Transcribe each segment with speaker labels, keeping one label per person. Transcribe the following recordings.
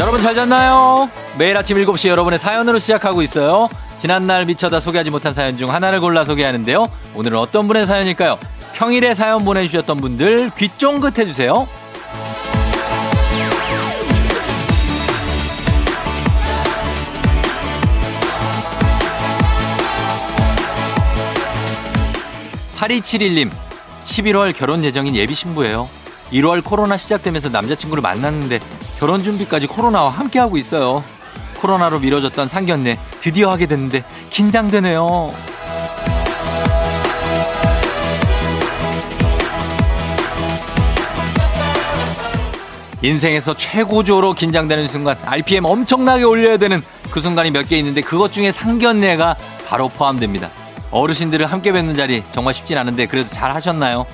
Speaker 1: 여러분 잘 잤나요? 매일 아침 7시 여러분의 사연으로 시작하고 있어요. 지난날 미쳐다 소개하지 못한 사연 중 하나를 골라 소개하는데요. 오늘은 어떤 분의 사연일까요? 평일에 사연 보내주셨던 분들 귀 쫑긋 해주세요. 8271님, 11월 결혼 예정인 예비 신부예요. 1월 코로나 시작되면서 남자친구를 만났는데 결혼 준비까지 코로나와 함께 하고 있어요. 코로나로 미뤄졌던 상견례 드디어 하게 됐는데 긴장되네요. 인생에서 최고조로 긴장되는 순간 RPM 엄청나게 올려야 되는 그 순간이 몇 개 있는데 그것 중에 상견례가 바로 포함됩니다. 어르신들을 함께 뵙는 자리 정말 쉽진 않은데 그래도 잘 하셨나요?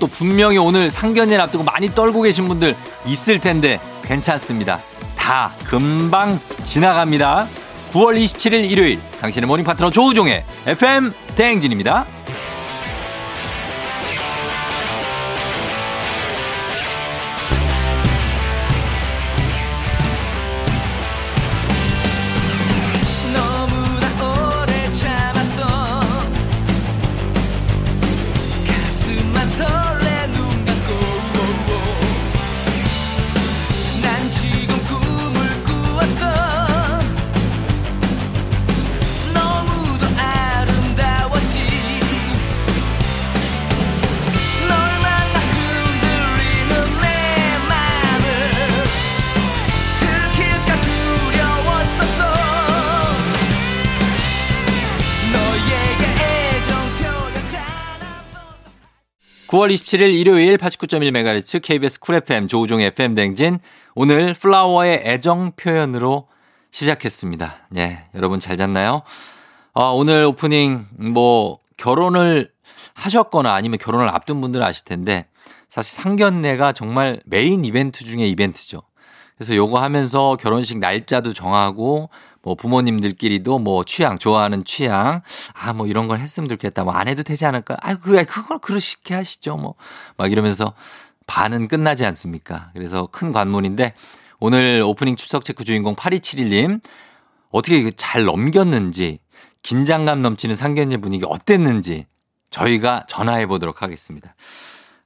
Speaker 1: 또 분명히 오늘 상견례를 앞두고 많이 떨고 계신 분들 있을 텐데 괜찮습니다. 다 금방 지나갑니다. 9월 27일 일요일 당신의 모닝 파트너 조우종의 FM 대행진입니다. 9월 27일 일요일 89.1MHz KBS 쿨 FM 조우종 FM 댕진 오늘 플라워의 애정 표현으로 시작했습니다. 예, 여러분 잘 잤나요? 아, 오늘 오프닝 뭐 결혼을 하셨거나 아니면 결혼을 앞둔 분들은 아실 텐데 사실 상견례가 정말 메인 이벤트 중에 이벤트죠. 그래서 요거 하면서 결혼식 날짜도 정하고 뭐 부모님들끼리도 뭐 취향 좋아하는 취향 아 뭐 이런 걸 했으면 좋겠다 뭐 안 해도 되지 않을까 아그 그걸 그러시게 하시죠 뭐 막 이러면서 반은 끝나지 않습니까 그래서 큰 관문인데 오늘 오프닝 출석 체크 그 주인공 8271님 어떻게 잘 넘겼는지 긴장감 넘치는 상견례 분위기 어땠는지 저희가 전화해 보도록 하겠습니다.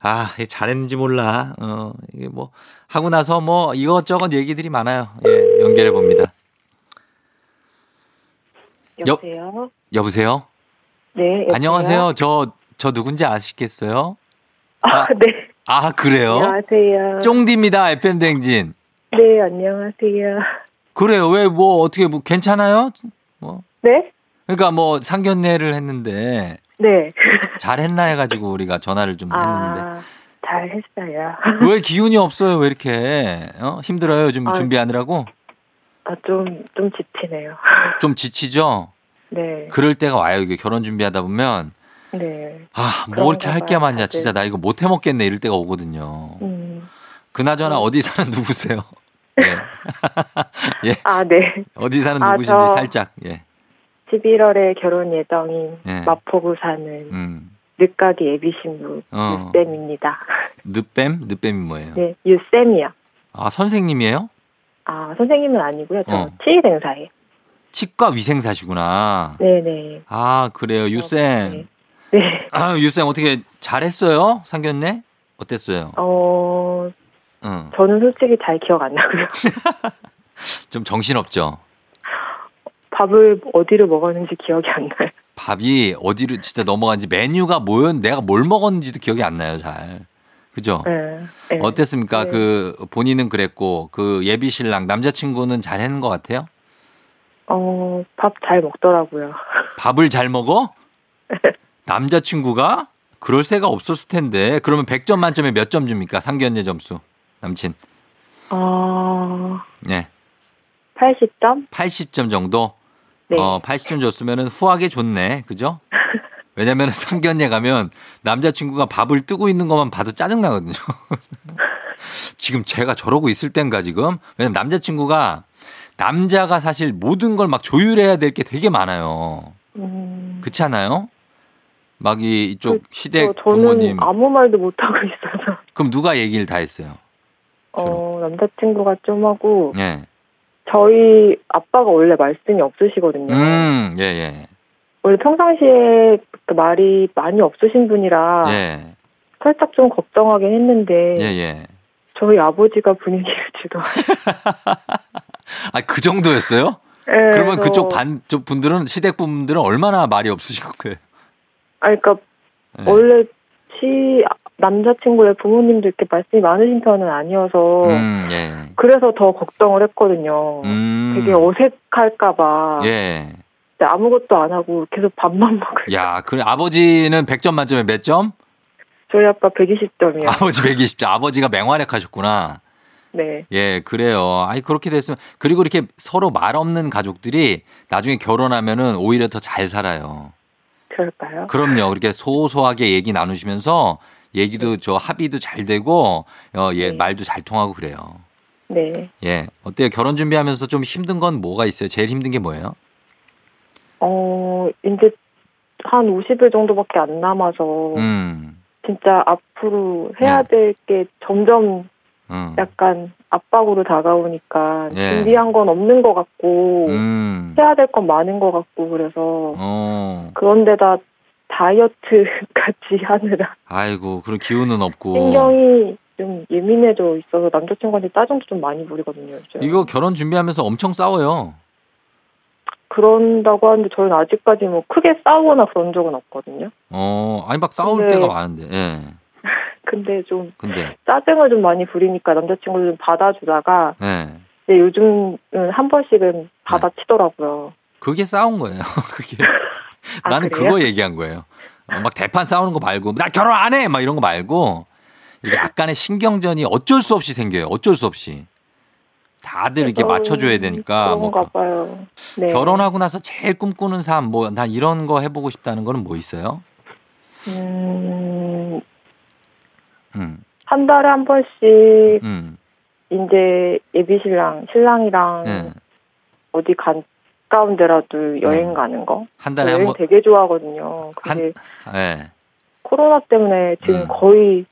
Speaker 1: 아, 잘했는지 몰라. 어, 이게 뭐, 하고 나서 뭐, 이것저것 얘기들이 많아요. 예, 연결해 봅니다.
Speaker 2: 여보세요?
Speaker 1: 여보세요?
Speaker 2: 네. 여보세요?
Speaker 1: 안녕하세요. 저, 저 누군지 아시겠어요?
Speaker 2: 아, 네.
Speaker 1: 아, 그래요?
Speaker 2: 안녕하세요.
Speaker 1: 쫑디입니다. FM댕진.
Speaker 2: 네, 안녕하세요.
Speaker 1: 그래요. 왜, 뭐, 어떻게, 뭐, 괜찮아요? 뭐.
Speaker 2: 네?
Speaker 1: 그러니까 뭐, 상견례를 했는데.
Speaker 2: 네.
Speaker 1: 잘했나 해가지고 우리가 전화를 좀 했는데.
Speaker 2: 아, 잘 했어요.
Speaker 1: 왜 기운이 없어요? 왜 이렇게? 어? 힘들어요? 요즘
Speaker 2: 아.
Speaker 1: 준비하느라고?
Speaker 2: 아, 좀, 좀 지치네요.
Speaker 1: 좀 지치죠?
Speaker 2: 네.
Speaker 1: 그럴 때가 와요. 이게 결혼 준비하다 보면
Speaker 2: 네.
Speaker 1: 아, 뭐 이렇게 할 게
Speaker 2: 그런가 네. 봐요,
Speaker 1: 많냐. 진짜 나 이거 못 해 먹겠네. 이럴 때가 오거든요.
Speaker 2: 음.
Speaker 1: 그나저나 어디 사는 누구세요? 예. 예.
Speaker 2: 아, 네.
Speaker 1: 어디 사는
Speaker 2: 아,
Speaker 1: 누구신지
Speaker 2: 저-
Speaker 1: 살짝. 예.
Speaker 2: 11월에 결혼 예정인
Speaker 1: 네.
Speaker 2: 마포구 사는
Speaker 1: 음.
Speaker 2: 늦가기 예비신부
Speaker 1: 어.
Speaker 2: 유쌤입니다.
Speaker 1: 늦뱀? 늦뱀이 뭐예요?
Speaker 2: 네, 유쌤이요.
Speaker 1: 아, 선생님이에요?
Speaker 2: 아, 선생님은 아니고요. 저
Speaker 1: 어.
Speaker 2: 치일행사예요.
Speaker 1: 치과 위생사시구나.
Speaker 2: 네네.
Speaker 1: 아, 그래요.
Speaker 2: 네.
Speaker 1: 유쌤.
Speaker 2: 네.
Speaker 1: 아, 유쌤 어떻게 잘했어요? 상견례? 어땠어요?
Speaker 2: 어,
Speaker 1: 응.
Speaker 2: 저는 솔직히 잘 기억 안 나고요.
Speaker 1: 좀 정신없죠.
Speaker 2: 밥을 어디로 먹었는지 기억이 안 나요.
Speaker 1: 밥이 어디로 진짜 넘어간지 메뉴가 뭐였 내가 뭘 먹었는지도 기억이 안 나요 잘 그죠
Speaker 2: 네. 네.
Speaker 1: 어땠습니까
Speaker 2: 네.
Speaker 1: 그 본인은 그랬고 그 예비 신랑 남자친구는 잘 했는 것 같아요
Speaker 2: 어, 밥 잘 먹더라고요.
Speaker 1: 밥을 잘 먹어 남자친구가 그럴 새가 없었을 텐데 그러면 100점 만점에 몇 점 줍니까 상견례 점수 남친
Speaker 2: 어,
Speaker 1: 예
Speaker 2: 80점?
Speaker 1: 80점 정도
Speaker 2: 네.
Speaker 1: 어 80점 줬으면은 후하게 줬네 그죠 왜냐면 상견례 가면 남자친구가 밥을 뜨고 있는 것만 봐도 짜증나거든요. 지금 제가 저러고 있을 땐가 지금 왜냐면 남자친구가 남자가 사실 모든 걸 막 조율해야 될 게 되게 많아요.
Speaker 2: 음, 그렇죠.
Speaker 1: 그렇지 않아요? 막 이, 이쪽 시댁
Speaker 2: 어, 저- 저는
Speaker 1: 부모님
Speaker 2: 아무 말도 못하고 있어서.
Speaker 1: 그럼 누가 얘기를 다 했어요? 주로.
Speaker 2: 어, 남자친구가 좀 하고,
Speaker 1: 예.
Speaker 2: 저희 아빠가 원래 말씀이 없으시거든요.
Speaker 1: 음, 예, 예.
Speaker 2: 원래 평상시에 그 말이 많이 없으신 분이라
Speaker 1: 예,
Speaker 2: 살짝 좀 걱정하긴 했는데
Speaker 1: 예, 예.
Speaker 2: 저희 아버지가 분위기를 주도.
Speaker 1: 아, 그 정도였어요?
Speaker 2: 예,
Speaker 1: 그러면
Speaker 2: 그래서-
Speaker 1: 그쪽 반, 저 분들은, 시댁 분들은 얼마나 말이 없으신 거예요?
Speaker 2: 아니, 그러니까
Speaker 1: 예.
Speaker 2: 원래 치 남자친구의 부모님도 이렇게 말씀이 많으신 편은 아니어서
Speaker 1: 음, 예.
Speaker 2: 그래서 더 걱정을 했거든요.
Speaker 1: 음.
Speaker 2: 되게 어색할까봐
Speaker 1: 예.
Speaker 2: 근데 아무것도 안 하고 계속 밥만 먹을.
Speaker 1: 야, 그래 아버지는 100점 만점에 몇 점?
Speaker 2: 저희 아빠 120점이요.
Speaker 1: 아버지 120점. 아버지가 맹활약하셨구나.
Speaker 2: 네.
Speaker 1: 예, 그래요. 아니 그렇게 됐으면 그리고 이렇게 서로 말 없는 가족들이 나중에 결혼하면은 오히려 더 잘 살아요.
Speaker 2: 그럴까요?
Speaker 1: 그럼요. 그렇게 소소하게 얘기 나누시면서 얘기도 저 합의도 잘 되고 어, 예,
Speaker 2: 네.
Speaker 1: 말도 잘 통하고 그래요.
Speaker 2: 네.
Speaker 1: 예. 어때요? 결혼 준비하면서 좀 힘든 건 뭐가 있어요? 제일 힘든 게 뭐예요?
Speaker 2: 어, 이제 한 50일 정도밖에 안 남아서
Speaker 1: 음. 네.
Speaker 2: 진짜 앞으로 해야 될 게 점점
Speaker 1: 음.
Speaker 2: 약간 압박으로 다가오니까
Speaker 1: 예.
Speaker 2: 준비한 건 없는 것 같고
Speaker 1: 음.
Speaker 2: 해야 될 건 많은 것 같고 그래서
Speaker 1: 어.
Speaker 2: 그런데다 다이어트까지 하느라
Speaker 1: 아이고, 그런 기운은 없고.
Speaker 2: 신경이 좀 예민해져 있어서 남자친구한테 짜증도 좀 많이 부리거든요. 요즘.
Speaker 1: 이거 결혼 준비하면서 엄청 싸워요.
Speaker 2: 그런다고 하는데 저는 아직까지 뭐 크게 싸우거나 그런 적은 없거든요.
Speaker 1: 어, 아니 막 싸울
Speaker 2: 근데-
Speaker 1: 때가 많은데. 예.
Speaker 2: 근데 좀
Speaker 1: 근데
Speaker 2: 짜증을 좀 많이 부리니까 남자친구를 좀 받아주다가
Speaker 1: 예.
Speaker 2: 이제 요즘은 한
Speaker 1: 네.
Speaker 2: 번씩은 받아치더라고요.
Speaker 1: 그게 싸운 거예요. 그게.
Speaker 2: 아,
Speaker 1: 나는 그
Speaker 2: 그래요?
Speaker 1: 거 얘기한 거예요. 어, 막 대판 싸우는 거 말고 나 결혼 안 해. 막 이런 거 말고 이렇게 약간의 신경전이 어쩔 수 없이 생겨요. 어쩔 수 없이. 다들 네, 이렇게
Speaker 2: 어,
Speaker 1: 맞춰 줘야 되니까 뭐
Speaker 2: 그런가 봐요. 네.
Speaker 1: 결혼하고 나서 제일 꿈꾸는 삶 뭐 나 이런 거 해보고 싶다는 거는 뭐 있어요?
Speaker 2: 음,
Speaker 1: 음.
Speaker 2: 한 달에 한 번씩
Speaker 1: 음.
Speaker 2: 이제 예비 신랑, 신랑이랑
Speaker 1: 예.
Speaker 2: 어디 간 가까운 데라도 여행
Speaker 1: 음. 뭐
Speaker 2: 가는 거.
Speaker 1: 한
Speaker 2: 저
Speaker 1: 달에
Speaker 2: 여행
Speaker 1: 한 번.
Speaker 2: 되게 좋아하거든요. 근데
Speaker 1: 예.
Speaker 2: 코로나 때문에 지금
Speaker 1: 음.
Speaker 2: 거의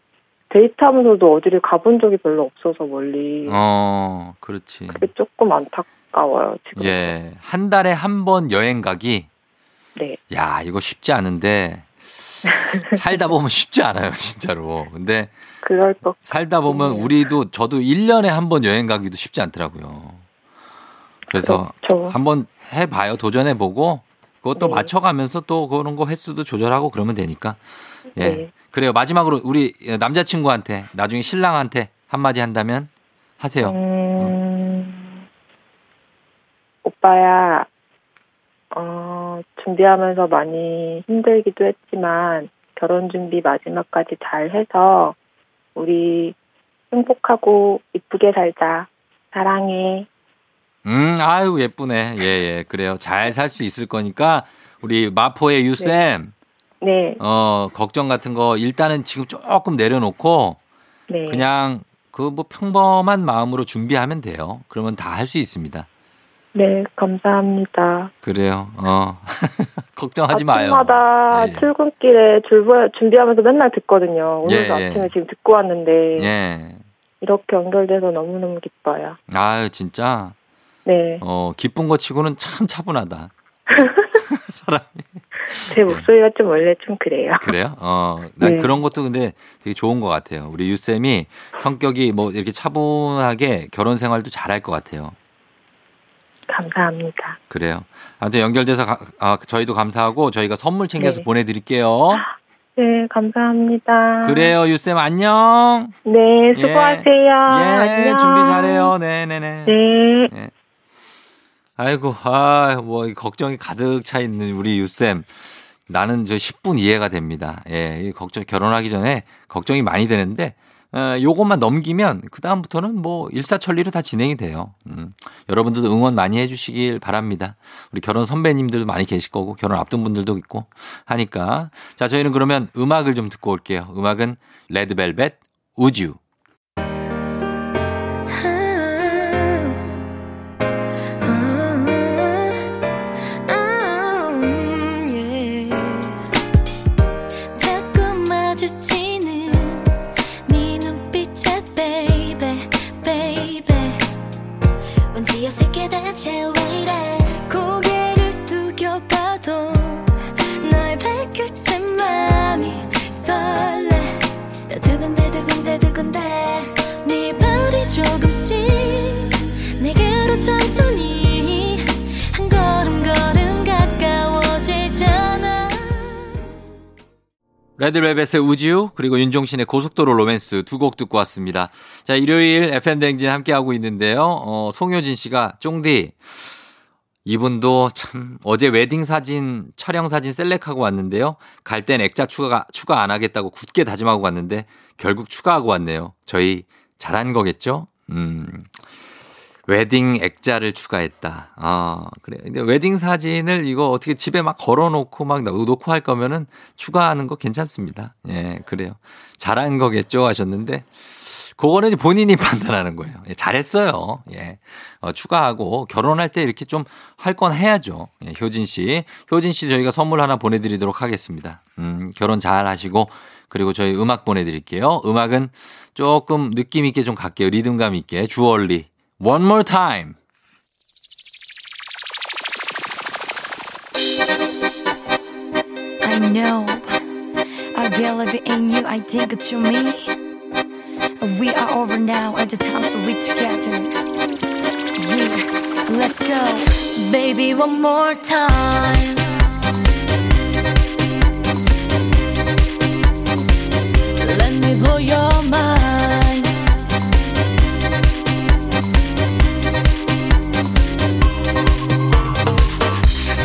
Speaker 2: 데이트하면서도 어디를 가본 적이 별로 없어서 멀리
Speaker 1: 어, 그렇지.
Speaker 2: 그게 조금 안타까워요 지금.
Speaker 1: 예. 한 달에 한 번 여행 가기.
Speaker 2: 네.
Speaker 1: 야, 이거 쉽지 않은데. 살다 보면 쉽지 않아요, 진짜로. 근데
Speaker 2: 그럴 것.
Speaker 1: 살다 보면 우리도 저도 1년에 한 번 여행 가기도 쉽지 않더라고요. 그래서
Speaker 2: 저
Speaker 1: 한번 해 봐요. 도전해 보고 그것도
Speaker 2: 네.
Speaker 1: 맞춰 가면서 또 그런 거 횟수도 조절하고 그러면 되니까. 예.
Speaker 2: 네.
Speaker 1: 그래요. 마지막으로 우리 남자 친구한테 나중에 신랑한테 한마디 한다면 하세요.
Speaker 2: 음... 오빠야, 어, 준비하면서 많이 힘들기도 했지만, 결혼 준비 마지막까지 잘 해서, 우리 행복하고 이쁘게 살자. 사랑해.
Speaker 1: 음, 아유, 예쁘네. 예, 예. 그래요. 잘 살 수 있을 거니까 우리 마포의 유쌤,
Speaker 2: 네,
Speaker 1: 어, 걱정 같은 거 일단은 지금 조금 내려놓고
Speaker 2: 네.
Speaker 1: 그냥 그 뭐 평범한 마음으로 준비하면 돼요. 그러면 다 할 수 있습니다.
Speaker 2: 네, 감사합니다.
Speaker 1: 그래요. 어. 걱정하지 마요.
Speaker 2: 아침마다
Speaker 1: 예, 예.
Speaker 2: 출근길에 줄보- 준비하면서 맨날 듣거든요. 오늘도
Speaker 1: 예, 예.
Speaker 2: 아침에 지금 듣고 왔는데,
Speaker 1: 예.
Speaker 2: 이렇게 연결돼서 너무너무 기뻐요.
Speaker 1: 아유, 진짜.
Speaker 2: 네,
Speaker 1: 어, 기쁜 거 치고는 참 차분하다. 사람
Speaker 2: 제 목소리가 좀 원래 좀 그래요.
Speaker 1: 그래요? 어, 난
Speaker 2: 네.
Speaker 1: 그런 것도 근데 되게 좋은 것 같아요. 우리 유쌤이 성격이 뭐 이렇게 차분하게 결혼 생활도 잘할 것 같아요.
Speaker 2: 감사합니다.
Speaker 1: 그래요. 아무튼 연결돼서 가- 아, 저희도 감사하고 저희가 선물 챙겨서
Speaker 2: 네.
Speaker 1: 보내드릴게요.
Speaker 2: 네, 감사합니다.
Speaker 1: 그래요, 유쌤 안녕.
Speaker 2: 네, 수고하세요.
Speaker 1: 예,
Speaker 2: 아, 안녕.
Speaker 1: 준비 잘해요. 네네네.
Speaker 2: 네.
Speaker 1: 아이고, 아, 뭐, 이 걱정이 가득 차 있는 우리 유쌤. 나는 저 10분 이해가 됩니다. 예, 이 걱정, 결혼하기 전에 걱정이 많이 되는데, 어, 요것만 넘기면, 그다음부터는 뭐, 일사천리로 다 진행이 돼요. 음, 여러분들도 응원 많이 해주시길 바랍니다. 우리 결혼 선배님들도 많이 계실 거고, 결혼 앞둔 분들도 있고, 하니까. 자, 저희는 그러면 음악을 좀 듣고 올게요. 음악은 레드벨벳, 우주.
Speaker 3: 자꾸 마주치는 네 눈빛에 baby baby 왠지 어색해 다 대체 왜 이래 고개를 숙여봐도 널 발끝인 맘이 설레 더 두근대 두근대 두근대 네 발이 조금씩 내게로 천천히 한 걸음 걸음 가까워지잖아
Speaker 1: 레드벨벳의 우지우 그리고 윤종신의 고속도로 로맨스 두 곡 듣고 왔습니다. 자 일요일 FM 댕진 함께 하고 있는데요. 어, 송효진 씨가 쫑디 이분도 참 어제 웨딩 사진 촬영 사진 셀렉하고 왔는데요. 갈 땐 액자 추가 추가 안 하겠다고 굳게 다짐하고 갔는데 결국 추가하고 왔네요. 저희 잘한 거겠죠? 음. 웨딩 액자를 추가했다. 아, 그래. 근데 웨딩 사진을 이거 어떻게 집에 막 걸어놓고 막 놓고 할 거면은 추가하는 거 괜찮습니다. 예, 그래요. 잘한 거겠죠 하셨는데, 그거는 이제 본인이 판단하는 거예요. 예, 잘했어요. 예. 어, 추가하고 결혼할 때 이렇게 좀 할 건 해야죠. 예, 효진 씨. 효진 씨 저희가 선물 하나 보내드리도록 하겠습니다. 음, 결혼 잘 하시고, 그리고 저희 음악 보내드릴게요. 음악은 조금 느낌 있게 좀 갈게요. 리듬감 있게. 주얼리. One more time.
Speaker 4: I know. I believe in you. I think to me. We are over now at the time, so we together. Yeah, let's go, baby. One more time. Let me blow your mind.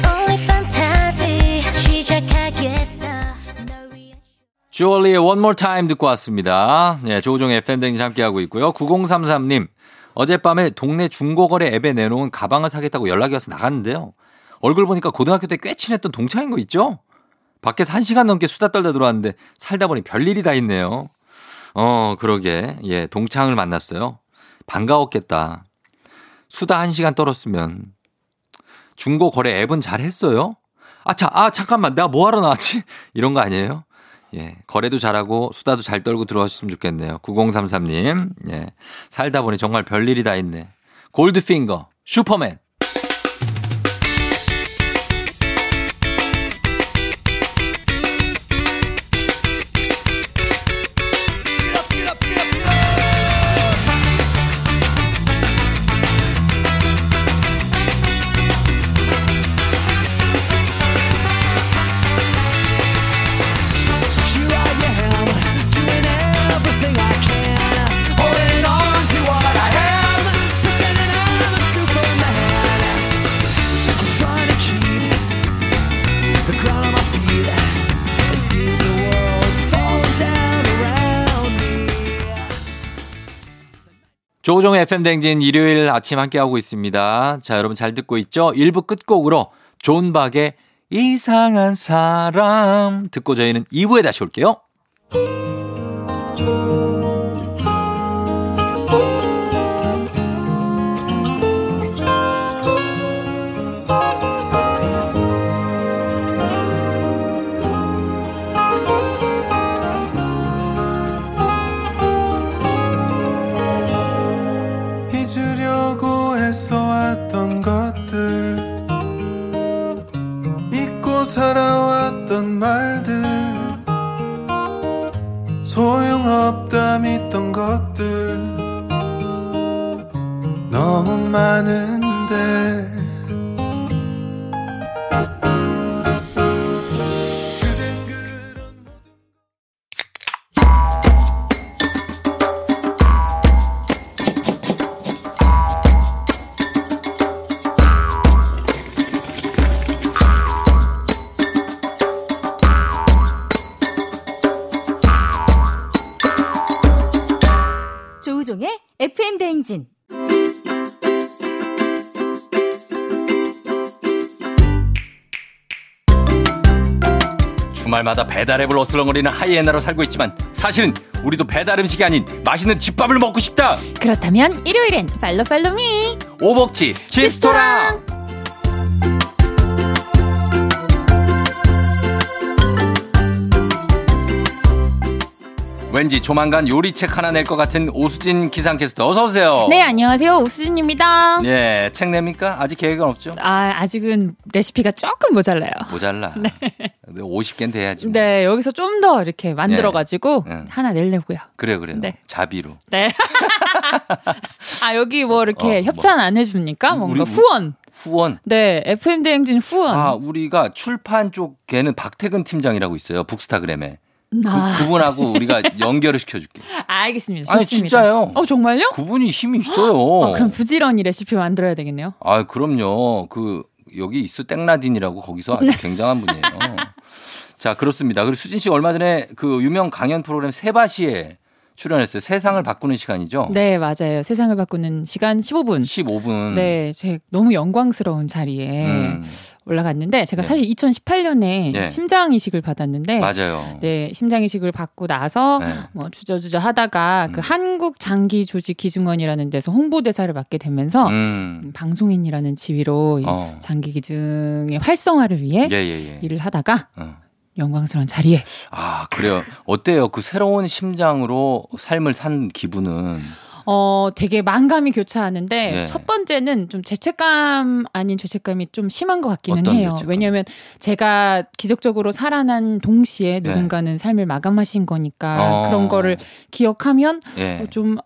Speaker 3: Only fantasy 시작하겠어 널 위해
Speaker 1: 주얼리의 One More Time 듣고 왔습니다. 예, 조우종의 팬댕진 함께하고 있고요. 9033님, 어젯밤에 동네 중고거래 앱에 내놓은 가방을 사겠다고 연락이 와서 나갔는데요. 얼굴 보니까 고등학교 때 꽤 친했던 동창인 거 있죠? 밖에서 한 시간 넘게 수다 떨다 들어왔는데 살다 보니 별일이 다 있네요. 어, 그러게. 예, 동창을 만났어요. 반가웠겠다. 수다 한 시간 떨었으면 중고 거래 앱은 잘 했어요? 아, 자, 아, 잠깐만. 내가 뭐 하러 나왔지? 이런 거 아니에요? 예. 거래도 잘하고 수다도 잘 떨고 들어왔으면 좋겠네요. 9033님. 예. 살다 보니 정말 별일이 다 있네. 골드핑거, 슈퍼맨.
Speaker 5: Here I am, doing everything I can, holding on to what I am, pretending I'm a superman. I'm trying to keep the ground on my feet. It seems the world's falling down around me.
Speaker 1: 조종 FM 댕진 일요일 아침 함께하고 있습니다. 자, 여러분 잘 듣고 있죠? 1부 끝곡으로 존 박의 이상한 사람 듣고 저희는 2부에 다시 올게요.
Speaker 6: 잊으려고 애써왔던 것들 잊고 살아왔던 말들 소용없다 믿던 것들 너무 많은데 그댄 그런
Speaker 7: 조우종의 FM 대행진.
Speaker 1: 주말마다 배달앱을 어슬렁거리는 하이에나로 살고 있지만 사실은 우리도 배달 음식이 아닌 맛있는 집밥을 먹고 싶다.
Speaker 7: 그렇다면 일요일엔 팔로 팔로미.
Speaker 1: 오복치 칩스토랑. 왠지 조만간 요리책 하나 낼 것 같은 오수진 기상캐스터 어서 오세요.
Speaker 8: 네, 안녕하세요. 오수진입니다.
Speaker 1: 예, 책 냅니까? 아직 계획은 없죠?
Speaker 8: 아, 아직은 레시피가 조금 모자라요.
Speaker 1: 모자라. 50개는 돼야지. 뭐.
Speaker 8: 네, 여기서 좀 더 이렇게 만들어가지고
Speaker 1: 네. 네.
Speaker 8: 하나 내려고요.
Speaker 1: 그래 그래.
Speaker 8: 네.
Speaker 1: 자비로.
Speaker 8: 네. 아, 여기 뭐 이렇게
Speaker 1: 어, 뭐.
Speaker 8: 협찬 안 해줍니까? 뭔가
Speaker 1: 우리-
Speaker 8: 후원.
Speaker 1: 후원.
Speaker 8: 네, FM대행진 후원.
Speaker 1: 아,
Speaker 8: 아,
Speaker 1: 우리가 출판 쪽 걔는 박태근 팀장이라고 있어요. 북스타그램에. 그, 분하고 우리가 연결을 시켜줄게.
Speaker 8: 아, 어? 알겠습니다.
Speaker 1: 그 아니,
Speaker 8: 좋습니다.
Speaker 1: 진짜요.
Speaker 8: 어, 정말요?
Speaker 1: 그분이 힘이 있어요.
Speaker 8: 어, 그럼 부지런히 레시피 만들어야 되겠네요.
Speaker 1: 아, 그럼요. 그 여기 있어 땡라딘이라고 거기서
Speaker 8: 네.
Speaker 1: 아주 굉장한 분이에요. 자, 그렇습니다. 그리고 수진 씨 얼마 전에 그 유명 강연 프로그램 세바시에 출연했어요. 세상을 바꾸는 시간이죠.
Speaker 8: 네, 맞아요. 세상을 바꾸는 시간 15분.
Speaker 1: 15분.
Speaker 8: 네, 제 너무 영광스러운 자리에
Speaker 1: 음,
Speaker 8: 올라갔는데 제가
Speaker 1: 네.
Speaker 8: 사실 2018년에
Speaker 1: 네.
Speaker 8: 심장 이식을 받았는데
Speaker 1: 맞아요.
Speaker 8: 네, 심장 이식을 받고 나서
Speaker 1: 네.
Speaker 8: 뭐 주저주저 하다가
Speaker 1: 음.
Speaker 8: 그 한국 장기 조직 기증원이라는 데서 홍보대사를 맡게 되면서
Speaker 1: 음.
Speaker 8: 방송인이라는 지위로 이
Speaker 1: 어.
Speaker 8: 장기 기증의 활성화를 위해
Speaker 1: 예, 예, 예.
Speaker 8: 일을 하다가
Speaker 1: 어.
Speaker 8: 영광스러운 자리에
Speaker 1: 아, 그래요. 어때요? 그 새로운 심장으로 삶을 산 기분은.
Speaker 8: 어 되게 만감이 교차하는데
Speaker 1: 네.
Speaker 8: 첫 번째는 좀 죄책감 아닌 죄책감이 좀 심한 것 같기는
Speaker 1: 어떤
Speaker 8: 해요.
Speaker 1: 죄책감?
Speaker 8: 왜냐하면 제가 기적적으로 살아난 동시에
Speaker 1: 네.
Speaker 8: 누군가는 삶을 마감하신 거니까
Speaker 1: 어.
Speaker 8: 아, 그런 거를 기억하면
Speaker 1: 예.
Speaker 8: 어, 좀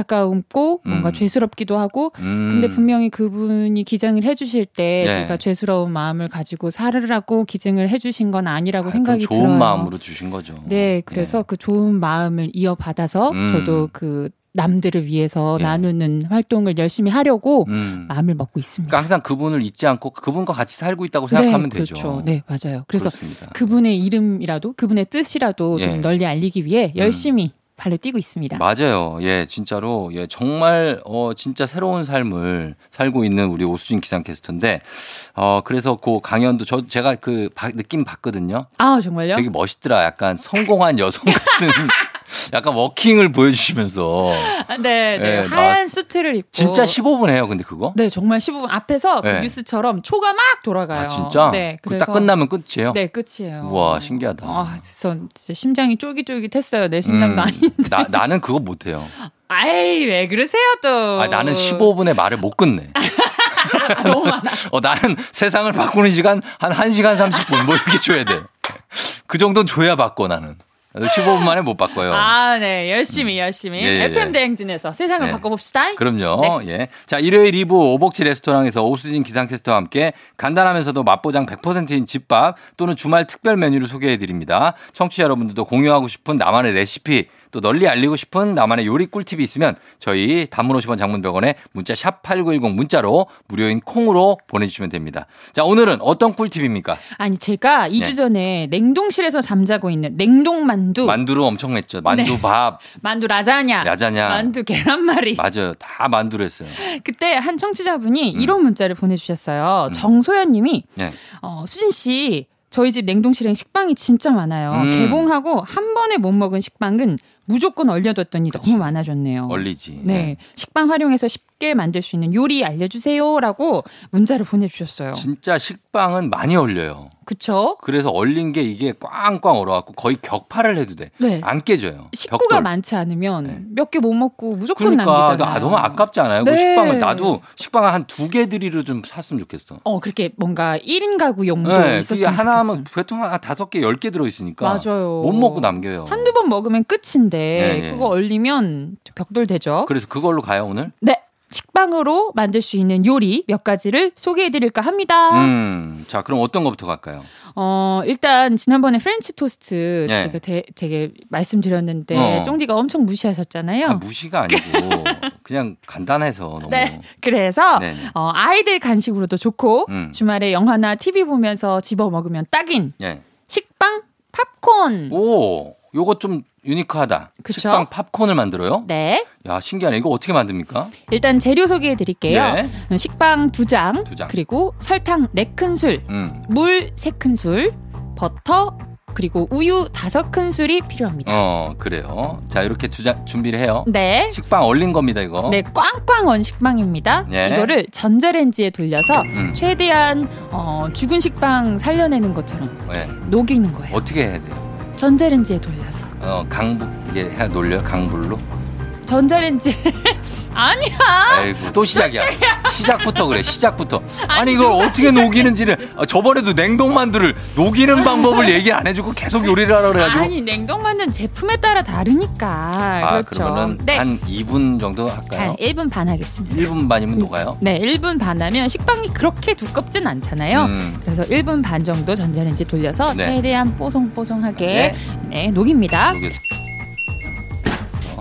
Speaker 8: 안타까움고 뭔가
Speaker 1: 음.
Speaker 8: 죄스럽기도 하고
Speaker 1: 음.
Speaker 8: 근데 분명히 그분이 기증을 해주실 때
Speaker 1: 예.
Speaker 8: 제가 죄스러운 마음을 가지고 살으라고 기증을 해주신 건 아니라고
Speaker 1: 아,
Speaker 8: 생각이
Speaker 1: 그럼 좋은
Speaker 8: 들어요.
Speaker 1: 마음으로 주신 거죠.
Speaker 8: 네, 그래서
Speaker 1: 예.
Speaker 8: 그 좋은 마음을 이어받아서
Speaker 1: 음.
Speaker 8: 저도 그 남들을 위해서
Speaker 1: 예.
Speaker 8: 나누는 활동을 열심히 하려고
Speaker 1: 음.
Speaker 8: 마음을 먹고 있습니다.
Speaker 1: 그러니까 항상 그분을 잊지 않고 그러니까 그분과 같이 살고 있다고 생각하면
Speaker 8: 네,
Speaker 1: 되죠.
Speaker 8: 그렇죠. 네, 맞아요. 그래서
Speaker 1: 습니다
Speaker 8: 그분의 이름이라도 그분의 뜻이라도
Speaker 1: 예.
Speaker 8: 좀 널리 알리기 위해 열심히 발로 뛰고 있습니다.
Speaker 1: 맞아요. 예, 진짜로 예, 정말 어 진짜 새로운 삶을 살고 있는 우리 오수진 기상캐스터인데 어 그래서 그 강연도 저 제가 그 바- 느낌 봤거든요.
Speaker 8: 아 정말요?
Speaker 1: 되게 멋있더라. 약간 성공한 여성 같은 약간 워킹을 보여주시면서
Speaker 8: 아, 네, 네.
Speaker 1: 예,
Speaker 8: 하얀
Speaker 1: 나왔-
Speaker 8: 수트를 입고
Speaker 1: 진짜 15분 해요. 근데 그거?
Speaker 8: 어. 네, 정말 15분 앞에서 그
Speaker 1: 네.
Speaker 8: 뉴스처럼 초가 막 돌아가요.
Speaker 1: 아 진짜?
Speaker 8: 네,
Speaker 1: 그럼
Speaker 8: 그래서
Speaker 1: 딱 끝나면 끝이에요.
Speaker 8: 네, 끝이에요.
Speaker 1: 우와, 신기하다.
Speaker 8: 아, 진짜, 진짜 심장이 쫄깃쫄깃했어요. 내 심장도
Speaker 1: 음,
Speaker 8: 아닌데.
Speaker 1: 나, 나는 그거 못해요.
Speaker 8: 아이, 왜 그러세요 또?
Speaker 1: 아, 나는 15분의 말을 못 끝내.
Speaker 8: 너무 많아.
Speaker 1: 어, 나는 세상을 바꾸는 시간 한 1시간 30분 뭐 이렇게 줘야 돼. 그 정도는 줘야 바꿔 나는. 15분 만에 못 바꿔요.
Speaker 8: 아, 네, 열심히 열심히
Speaker 1: 예, 예, 예.
Speaker 8: FM 대행진에서 세상을
Speaker 1: 네.
Speaker 8: 바꿔봅시다.
Speaker 1: 그럼요. 예. 자, 일요일 2부 오복치 레스토랑에서 오수진 기상캐스터와 함께 간단하면서도 맛보장 100%인 집밥 또는 주말 특별 메뉴를 소개해 드립니다. 청취자 여러분들도 공유하고 싶은 나만의 레시피 또 널리 알리고 싶은 나만의 요리 꿀팁이 있으면 저희 단문 50원 장문 100원에 문자 샵 8910 문자로 무료인 콩으로 보내주시면 됩니다. 자, 오늘은 어떤 꿀팁입니까?
Speaker 8: 아니 제가 2주
Speaker 1: 네.
Speaker 8: 전에 냉동실에서 잠자고 있는 냉동 만두,
Speaker 1: 만두를 엄청 냈죠. 만두밥,
Speaker 8: 만두 라자냐,
Speaker 1: 야자냐.
Speaker 8: 만두 계란말이.
Speaker 1: 맞아요. 다 만두를 했어요.
Speaker 8: 그때 한 청취자분이
Speaker 1: 음.
Speaker 8: 이런 문자를 보내주셨어요. 정소연님이
Speaker 1: 네.
Speaker 8: 어, 수진 씨, 저희 집 냉동실엔 식빵이 진짜 많아요.
Speaker 1: 음.
Speaker 8: 개봉하고 한 번에 못 먹은 식빵은 무조건 얼려뒀더니 너무 많아졌네요.
Speaker 1: 얼리지.
Speaker 8: 네, 식빵 활용해서 쉽게 만들 수 있는 요리 알려주세요라고 문자를 보내주셨어요.
Speaker 1: 진짜 식빵은 많이 얼려요.
Speaker 8: 그쵸?
Speaker 1: 그래서 얼린 게 이게 꽝꽝 얼어갖고 거의 격파를 해도 돼.
Speaker 8: 네.
Speaker 1: 안 깨져요.
Speaker 8: 식구가
Speaker 1: 벽돌.
Speaker 8: 많지 않으면
Speaker 1: 네.
Speaker 8: 몇 개 못 먹고 무조건
Speaker 1: 그러니까
Speaker 8: 남기잖아요.
Speaker 1: 아, 너무 아깝지 않아요? 그
Speaker 8: 네.
Speaker 1: 식빵은 나도 식빵을 한 두 개 드리로 좀 샀으면 좋겠어.
Speaker 8: 어 그렇게 뭔가 1인 가구 용도
Speaker 1: 네, 그게
Speaker 8: 있었으면
Speaker 1: 하나면
Speaker 8: 좋겠어요.
Speaker 1: 보통 한 다섯 개, 열 개 들어있으니까
Speaker 8: 맞아요.
Speaker 1: 못 먹고 남겨요.
Speaker 8: 한두 번 먹으면 끝인데
Speaker 1: 네, 예.
Speaker 8: 그거 얼리면 벽돌 되죠.
Speaker 1: 그래서 그걸로 가요 오늘?
Speaker 8: 네. 식빵으로 만들 수 있는 요리 몇 가지를 소개해 드릴까 합니다.
Speaker 1: 음, 자 그럼 어떤 거부터 갈까요?
Speaker 8: 어, 일단 지난번에 프렌치 토스트
Speaker 1: 예.
Speaker 8: 제가 되, 되게 말씀드렸는데
Speaker 1: 어.
Speaker 8: 쫑디가 엄청 무시하셨잖아요.
Speaker 1: 아, 무시가 아니고 그냥 간단해서 너무.
Speaker 8: 네. 그래서
Speaker 1: 네.
Speaker 8: 어, 아이들 간식으로도 좋고
Speaker 1: 음.
Speaker 8: 주말에 영화나 TV 보면서 집어 먹으면 딱인
Speaker 1: 예.
Speaker 8: 식빵 팝콘.
Speaker 1: 오, 요거 좀 유니크하다.
Speaker 8: 그쵸?
Speaker 1: 식빵 팝콘을 만들어요?
Speaker 8: 네.
Speaker 1: 야, 신기하네. 이거 어떻게 만듭니까?
Speaker 8: 일단 재료 소개해 드릴게요.
Speaker 1: 네.
Speaker 8: 식빵 두 장,
Speaker 1: 두 장.
Speaker 8: 그리고 설탕 네 큰술,
Speaker 1: 음.
Speaker 8: 물 세큰술 버터, 그리고 우유 다섯 큰술이 필요합니다.
Speaker 1: 어, 그래요. 자, 이렇게 두 장 준비를 해요.
Speaker 8: 네.
Speaker 1: 식빵 얼린 겁니다, 이거.
Speaker 8: 네, 꽝꽝 원 식빵입니다.
Speaker 1: 네.
Speaker 8: 이거를 전자레인지에 돌려서
Speaker 1: 음.
Speaker 8: 최대한 어, 죽은 식빵 살려내는 것처럼
Speaker 1: 네.
Speaker 8: 녹이는 거예요.
Speaker 1: 어떻게 해야 돼요?
Speaker 8: 전자레인지에 돌려서.
Speaker 1: 아, 어, 강불 이게 해 놀려 강불로.
Speaker 8: 전자레인지 아니야.
Speaker 1: 아이고 또 시작이야. 시작부터 그래. 시작부터. 아니,
Speaker 8: 아니,
Speaker 1: 이걸
Speaker 8: 누가
Speaker 1: 어떻게
Speaker 8: 시작해.
Speaker 1: 녹이는지를 어, 저번에도 냉동 만두를 녹이는 방법을 얘기 안 해주고 계속 요리를 하라 그래가지고.
Speaker 8: 아니 냉동 만든 제품에 따라 다르니까.
Speaker 1: 아
Speaker 8: 그렇죠.
Speaker 1: 그러면은
Speaker 8: 네.
Speaker 1: 한 2분 정도 할까요?
Speaker 8: 한 1분 반 하겠습니다.
Speaker 1: 1분 반이면 녹아요.
Speaker 8: 네, 1분 반 하면 식빵이 그렇게 두껍진 않잖아요.
Speaker 1: 음.
Speaker 8: 그래서 1분 반 정도 전자레인지 돌려서
Speaker 1: 네.
Speaker 8: 최대한 뽀송뽀송하게 네, 녹입니다.
Speaker 1: 녹여-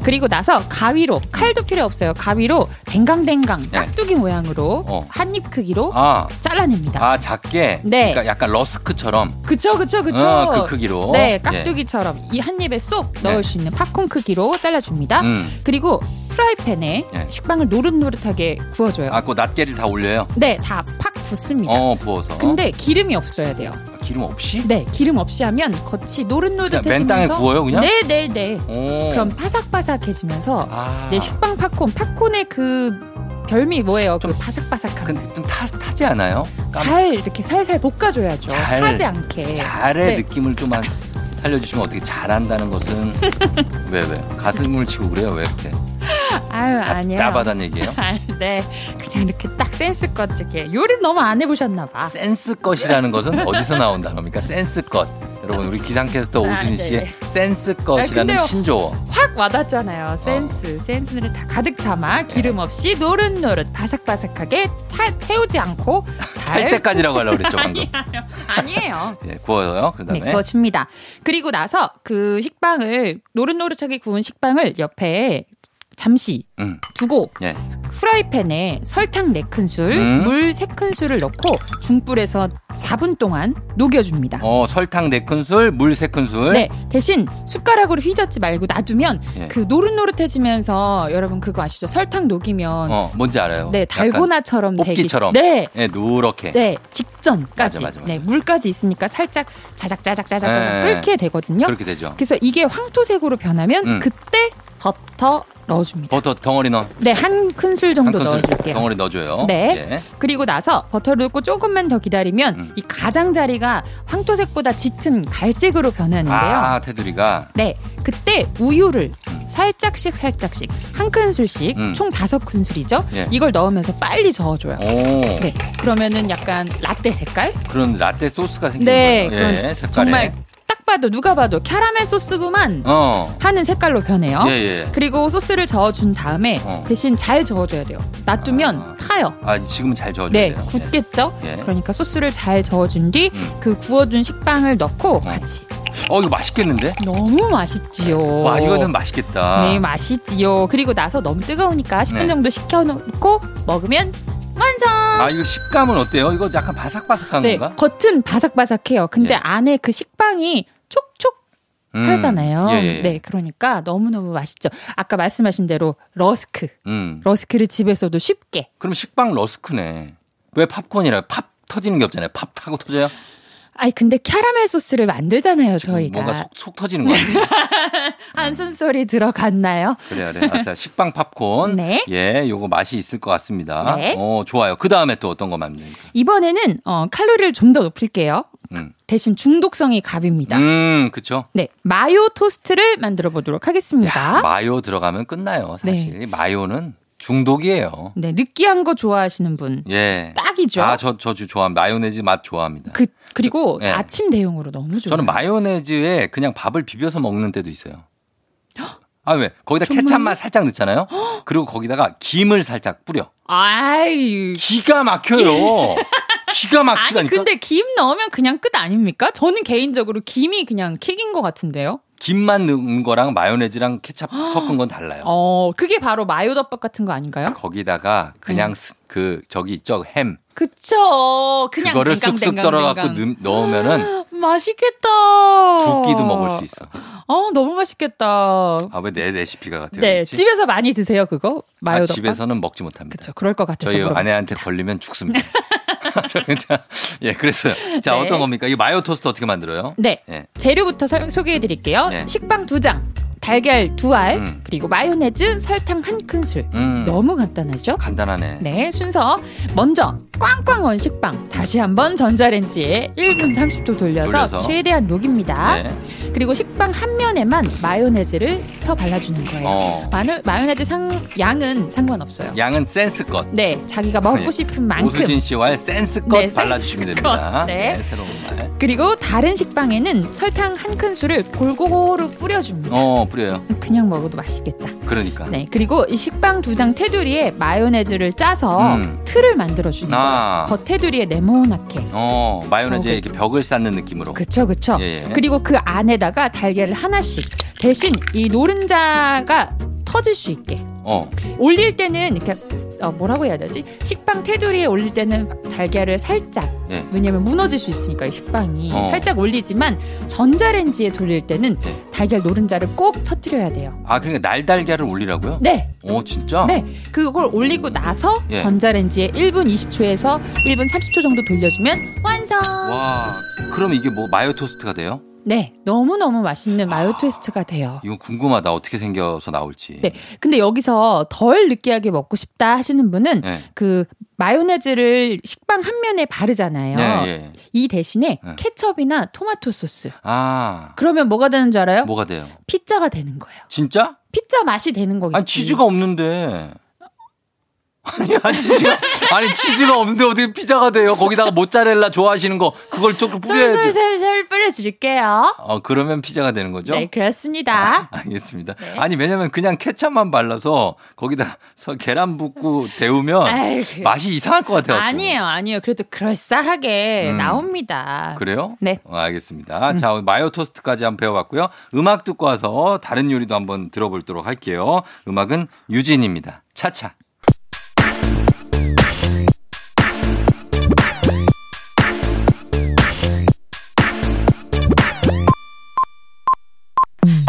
Speaker 8: 그리고 나서 가위로 칼도 필요 없어요. 가위로 댕강댕강
Speaker 1: 네.
Speaker 8: 깍두기 모양으로
Speaker 1: 어.
Speaker 8: 한 입 크기로
Speaker 1: 아,
Speaker 8: 잘라냅니다.
Speaker 1: 아 작게.
Speaker 8: 네.
Speaker 1: 그러니까 약간 러스크처럼.
Speaker 8: 그쵸 그쵸 그쵸.
Speaker 1: 어, 그 크기로.
Speaker 8: 네,
Speaker 1: 예.
Speaker 8: 깍두기처럼 이 한 입에 쏙 넣을 수 있는 팝콘 크기로 잘라줍니다.
Speaker 1: 음.
Speaker 8: 그리고 프라이팬에
Speaker 1: 네.
Speaker 8: 식빵을 노릇노릇하게 구워줘요.
Speaker 1: 아, 그 낱개를 다 올려요.
Speaker 8: 네, 다 팍 붙습니다.
Speaker 1: 어, 부어서.
Speaker 8: 그러니까.
Speaker 1: 아,
Speaker 8: 근데 기름이 없어야 돼요.
Speaker 1: 기름 없이?
Speaker 8: 네, 기름 없이 하면 겉이 노릇노릇해지면서
Speaker 1: 그냥 맨 땅에 구워요, 그냥?
Speaker 8: 네, 네, 네.
Speaker 1: 오.
Speaker 8: 그럼 바삭바삭해지면서
Speaker 1: 어. 아.
Speaker 8: 네, 식빵 팝콘, 팝콘의 그 별미 뭐예요? 그 바삭바삭한.
Speaker 1: 근데 좀 타, 타지 않아요? 깜-
Speaker 8: 잘 이렇게 살살 볶아줘야죠.
Speaker 1: 잘.
Speaker 8: 타지 않게.
Speaker 1: 잘의
Speaker 8: 네.
Speaker 1: 느낌을 좀 한- 살려주시면 어떻게 잘한다는 것은 왜 왜? 가슴을 치고 그래요 왜 이렇게?
Speaker 8: 아유 아니에요.
Speaker 1: 나바단 얘기예요?
Speaker 8: 아, 네, 그냥 이렇게 딱 센스껏 이렇게 요리 를 너무 안 해보셨나 봐.
Speaker 1: 센스 것이라는 것은 어디서 나온 단어입니까? 센스 것. 여러분 우리 기상캐스터
Speaker 8: 아,
Speaker 1: 오순희 씨의 센스
Speaker 8: 아,
Speaker 1: 것이라는
Speaker 8: 근데요.
Speaker 1: 신조어.
Speaker 8: 확
Speaker 1: 어.
Speaker 8: 와닿잖아요. 센스, 센스를 다 가득 담아
Speaker 1: 네.
Speaker 8: 기름 없이 노릇노릇 바삭바삭하게 타, 태우지 않고
Speaker 1: 할
Speaker 8: 잘
Speaker 1: 때까지라고 하려고 그랬죠 방금.
Speaker 8: 아니에요.
Speaker 1: 예, 구워요.
Speaker 8: 네,
Speaker 1: 그다음에
Speaker 8: 구워줍니다. 그리고 나서 그 식빵을 노릇노릇하게 구운 식빵을 옆에 잠시
Speaker 1: 음.
Speaker 8: 두고
Speaker 1: 예.
Speaker 8: 프라이팬에 설탕 4큰술,
Speaker 1: 음.
Speaker 8: 물 3큰술을 넣고 중불에서 4분 동안 녹여줍니다.
Speaker 1: 어 설탕 4 큰술, 물3 큰술.
Speaker 8: 네, 대신 숟가락으로 휘젓지 말고 놔두면
Speaker 1: 어, 예.
Speaker 8: 그 노릇노릇해지면서 여러분 그거 아시죠? 설탕 녹이면
Speaker 1: 어 뭔지 알아요.
Speaker 8: 네 달고나처럼 되기
Speaker 1: 뽑기처럼.
Speaker 8: 네.
Speaker 1: 약간, 예, 누렇게.
Speaker 8: 네, 직전까지.
Speaker 1: 맞아, 맞아, 맞아.
Speaker 8: 네, 물까지 있으니까 살짝 자작자작자작
Speaker 1: 네.
Speaker 8: 자작 끓게 되거든요.
Speaker 1: 그렇게 되죠.
Speaker 8: 그래서 이게 황토색으로 변하면
Speaker 1: 음.
Speaker 8: 그때 버터 넣어줍니다.
Speaker 1: 버터 덩어리 넣어.
Speaker 8: 네, 한 큰술
Speaker 1: 한
Speaker 8: 정도
Speaker 1: 큰술
Speaker 8: 넣어줄게요.
Speaker 1: 덩어리 넣어줘요. 예.
Speaker 8: 네. 그리고 나서 버터를 넣고 조금만 더 기다리면
Speaker 1: 음.
Speaker 8: 이 가장자리가 황토색보다 짙은 갈색으로
Speaker 1: 예.
Speaker 8: 변하는데요.
Speaker 1: 아 테두리가
Speaker 8: 네, 그때 우유를 살짝씩 살짝씩 한 큰술씩
Speaker 1: 음.
Speaker 8: 총 다섯 큰술이죠.
Speaker 1: 예.
Speaker 8: 이걸 넣으면서 빨리 저어줘요.
Speaker 1: 오
Speaker 8: 네, 그러면은 약간 라떼 색깔?
Speaker 1: 그런 라떼 소스가 생긴
Speaker 8: 네,
Speaker 1: 거죠. 예,
Speaker 8: 그런
Speaker 1: 색깔에.
Speaker 8: 정말 딱 봐도 누가 봐도 캐러멜 소스구만
Speaker 1: 어.
Speaker 8: 하는 색깔로 변해요.
Speaker 1: 예, 예.
Speaker 8: 그리고 소스를 저어준 다음에
Speaker 1: 어.
Speaker 8: 대신 잘 저어줘야 돼요. 놔두면
Speaker 1: 아.
Speaker 8: 타요.
Speaker 1: 아, 지금은 잘 저어줘야
Speaker 8: 네,
Speaker 1: 돼요.
Speaker 8: 굳겠죠?
Speaker 1: 예.
Speaker 8: 그러니까 소스를 잘 저어준 뒤 그
Speaker 1: 음.
Speaker 8: 구워준 식빵을 넣고 같이
Speaker 1: 어, 이거 맛있겠는데?
Speaker 8: 너무 맛있지요.
Speaker 1: 와, 이거는 맛있겠다.
Speaker 8: 네, 맛있지요. 그리고 나서 너무 뜨거우니까 10분
Speaker 1: 네.
Speaker 8: 정도 식혀놓고 먹으면 완성.
Speaker 1: 아, 이거 식감은 어때요? 이거 약간 바삭바삭한
Speaker 8: 네,
Speaker 1: 건가?
Speaker 8: 겉은 바삭바삭해요. 근데
Speaker 1: 예.
Speaker 8: 안에 그 식빵이 촉촉
Speaker 1: 음.
Speaker 8: 하잖아요.
Speaker 1: 예, 예.
Speaker 8: 네, 그러니까 너무너무 맛있죠. 아까 말씀하신 대로 러스크.
Speaker 1: 음.
Speaker 8: 러스크를 집에서도 쉽게.
Speaker 1: 그럼 식빵 러스크네. 왜 팝콘이라? 팝 터지는 게 없잖아요. 팝 타고 터져요?
Speaker 8: 아이, 근데 캐러멜 소스를 만들잖아요,
Speaker 1: 지금
Speaker 8: 저희가.
Speaker 1: 뭔가 속, 속 터지는 거 같아요.
Speaker 8: 한숨소리 들어갔나요?
Speaker 1: 그래, 그래. 알았어요. 식빵 팝콘.
Speaker 8: 네.
Speaker 1: 예, 요거 맛이 있을 것 같습니다.
Speaker 8: 네.
Speaker 1: 어, 좋아요. 그 다음에 또 어떤 거 만듭니까?
Speaker 8: 이번에는 어, 칼로리를 좀 더 높일게요.
Speaker 1: 음.
Speaker 8: 대신 중독성이 갑입니다.
Speaker 1: 음, 그쵸.
Speaker 8: 네, 마요 토스트를 만들어 보도록 하겠습니다.
Speaker 1: 마요 들어가면 끝나요, 사실. 마요는 중독이에요.
Speaker 8: 네, 느끼한 거 좋아하시는 분
Speaker 1: 예.
Speaker 8: 딱이죠.
Speaker 1: 아, 저, 저 좋아합니다. 마요네즈 맛 좋아합니다.
Speaker 8: 그 그리고
Speaker 1: 네.
Speaker 8: 아침 대용으로 너무 좋아요.
Speaker 1: 저는 마요네즈에 그냥 밥을 비벼서 먹는 때도 있어요. 아, 왜? 거기다 케찹만 살짝 넣잖아요? 그리고 거기다가 김을 살짝 뿌려.
Speaker 8: 아유.
Speaker 1: 기가 막혀요. 기가 막히다니까.
Speaker 8: 아니 근데 김 넣으면 그냥 끝 아닙니까? 저는 개인적으로 김이 그냥 킥인 것 같은데요.
Speaker 1: 김만 넣은 거랑 마요네즈랑 케찹 섞은 건 달라요.
Speaker 8: 어 그게 바로 마요덮밥 같은 거 아닌가요?
Speaker 1: 거기다가 그냥
Speaker 8: 네.
Speaker 1: 스- 그 저기 있죠 햄
Speaker 8: 그쵸. 그냥
Speaker 1: 그거를
Speaker 8: 댕강,
Speaker 1: 쓱쓱
Speaker 8: 댕강,
Speaker 1: 떨어갖고
Speaker 8: 댕강.
Speaker 1: 넣- 넣으면은
Speaker 8: 맛있겠다.
Speaker 1: 두 끼도 먹을 수 있어.
Speaker 8: 어 너무 맛있겠다.
Speaker 1: 아 왜 내 레시피가 같아요?
Speaker 8: 네
Speaker 1: 왠지?
Speaker 8: 집에서 많이 드세요 그거
Speaker 1: 아,
Speaker 8: 마요덮밥.
Speaker 1: 집에서는 먹지 못합니다.
Speaker 8: 그쵸 그럴 것 같아서
Speaker 1: 저희
Speaker 8: 물어봤어요.
Speaker 1: 아내한테 걸리면 죽습니다. 저 그냥- 예, 그랬어요. 자,
Speaker 8: 네.
Speaker 1: 어떤 겁니까? 이 마요 토스트 어떻게 만들어요?
Speaker 8: 네.
Speaker 1: 예.
Speaker 8: 재료부터 설- 소개해드릴게요.
Speaker 1: 네.
Speaker 8: 식빵 두 장. 달걀 두 알,
Speaker 1: 음.
Speaker 8: 그리고 마요네즈, 설탕 한 큰술.
Speaker 1: 음.
Speaker 8: 너무 간단하죠?
Speaker 1: 간단하네.
Speaker 8: 네, 순서. 먼저 꽝꽝 원식빵 다시 한번 전자레인지에 1분 30초 돌려서,
Speaker 1: 돌려서.
Speaker 8: 최대한 녹입니다.
Speaker 1: 네.
Speaker 8: 그리고 식빵 한 면에만 마요네즈를 펴 발라주는 거예요.
Speaker 1: 어.
Speaker 8: 마늘, 마요네즈 상, 양은 상관없어요.
Speaker 1: 양은 센스껏.
Speaker 8: 네, 자기가 먹고
Speaker 1: 예.
Speaker 8: 싶은 만큼.
Speaker 1: 오수진 씨와 센스껏
Speaker 8: 네,
Speaker 1: 발라주시면
Speaker 8: 센스껏.
Speaker 1: 됩니다.
Speaker 8: 네.
Speaker 1: 새로운 말.
Speaker 8: 그리고 다른 식빵에는 설탕 한 큰술을 골고루 뿌려줍니다.
Speaker 1: 어, 뿌려요.
Speaker 8: 그냥 먹어도 맛있겠다.
Speaker 1: 그러니까.
Speaker 8: 네, 그리고 이 식빵 두 장 테두리에 마요네즈를 짜서
Speaker 1: 음.
Speaker 8: 틀을 만들어주는 거예요.
Speaker 1: 아.
Speaker 8: 겉 테두리에 네모나게.
Speaker 1: 어, 마요네즈에
Speaker 8: 어,
Speaker 1: 이렇게 벽을 쌓는 느낌으로.
Speaker 8: 그쵸, 그쵸.
Speaker 1: 예, 예.
Speaker 8: 그리고 그 안에다가 달걀을 하나씩. 대신 이 노른자가 터질 수 있게.
Speaker 1: 어.
Speaker 8: 올릴 때는 이렇게 어, 뭐라고 해야 되지? 식빵 테두리에 올릴 때는 달걀을 살짝
Speaker 1: 예.
Speaker 8: 왜냐면 무너질 수 있으니까 이 식빵이
Speaker 1: 어.
Speaker 8: 살짝 올리지만 전자레인지에 돌릴 때는
Speaker 1: 예.
Speaker 8: 달걀 노른자를 꼭 터뜨려야 돼요.
Speaker 1: 아, 그러니까 날달걀을 올리라고요?
Speaker 8: 네.
Speaker 1: 어, 진짜?
Speaker 8: 네. 그걸 올리고 나서
Speaker 1: 예.
Speaker 8: 전자레인지에 1분 20초에서 1분 30초 정도 돌려주면 완성.
Speaker 1: 와, 그럼 이게 뭐 마요 토스트가 돼요?
Speaker 8: 네. 너무너무 맛있는
Speaker 1: 아.
Speaker 8: 마요 토스트가 돼요.
Speaker 1: 이거 궁금하다. 어떻게 생겨서 나올지.
Speaker 8: 네. 근데 여기서 덜 느끼하게 먹고 싶다 하시는 분은
Speaker 1: 네.
Speaker 8: 그 마요네즈를 식빵 한 면에 바르잖아요.
Speaker 1: 예, 예.
Speaker 8: 이 대신에
Speaker 1: 네.
Speaker 8: 케첩이나 토마토 소스.
Speaker 1: 아,
Speaker 8: 그러면 뭐가 되는 줄 알아요?
Speaker 1: 뭐가 돼요?
Speaker 8: 피자가 되는 거예요.
Speaker 1: 진짜?
Speaker 8: 피자 맛이 되는 거겠지.
Speaker 1: 아니, 치즈가 없는데. 아니, 아니, 치즈가, 아니, 치즈가 없는데 어떻게 피자가 돼요? 거기다가 모짜렐라 좋아하시는 거, 그걸 조금 뿌려야지.
Speaker 8: 솔솔솔솔 뿌려줄게요.
Speaker 1: 어, 그러면 피자가 되는 거죠? 아,
Speaker 8: 네, 그렇습니다.
Speaker 1: 알겠습니다. 아니, 왜냐면 그냥 케찹만 발라서 거기다 서- 계란 붓고 데우면
Speaker 8: 아유, 그-
Speaker 1: 맛이 이상할 것 같아요.
Speaker 8: 아니에요, 아니에요. 그래도 그럴싸하게
Speaker 1: 음.
Speaker 8: 나옵니다.
Speaker 1: 그래요?
Speaker 8: 네.
Speaker 1: 어, 알겠습니다. 자, 오늘 마요 토스트까지 한번 배워봤고요. 음악 듣고 와서 다른 요리도 한번 들어보도록 할게요. 음악은 유진입니다. 차차.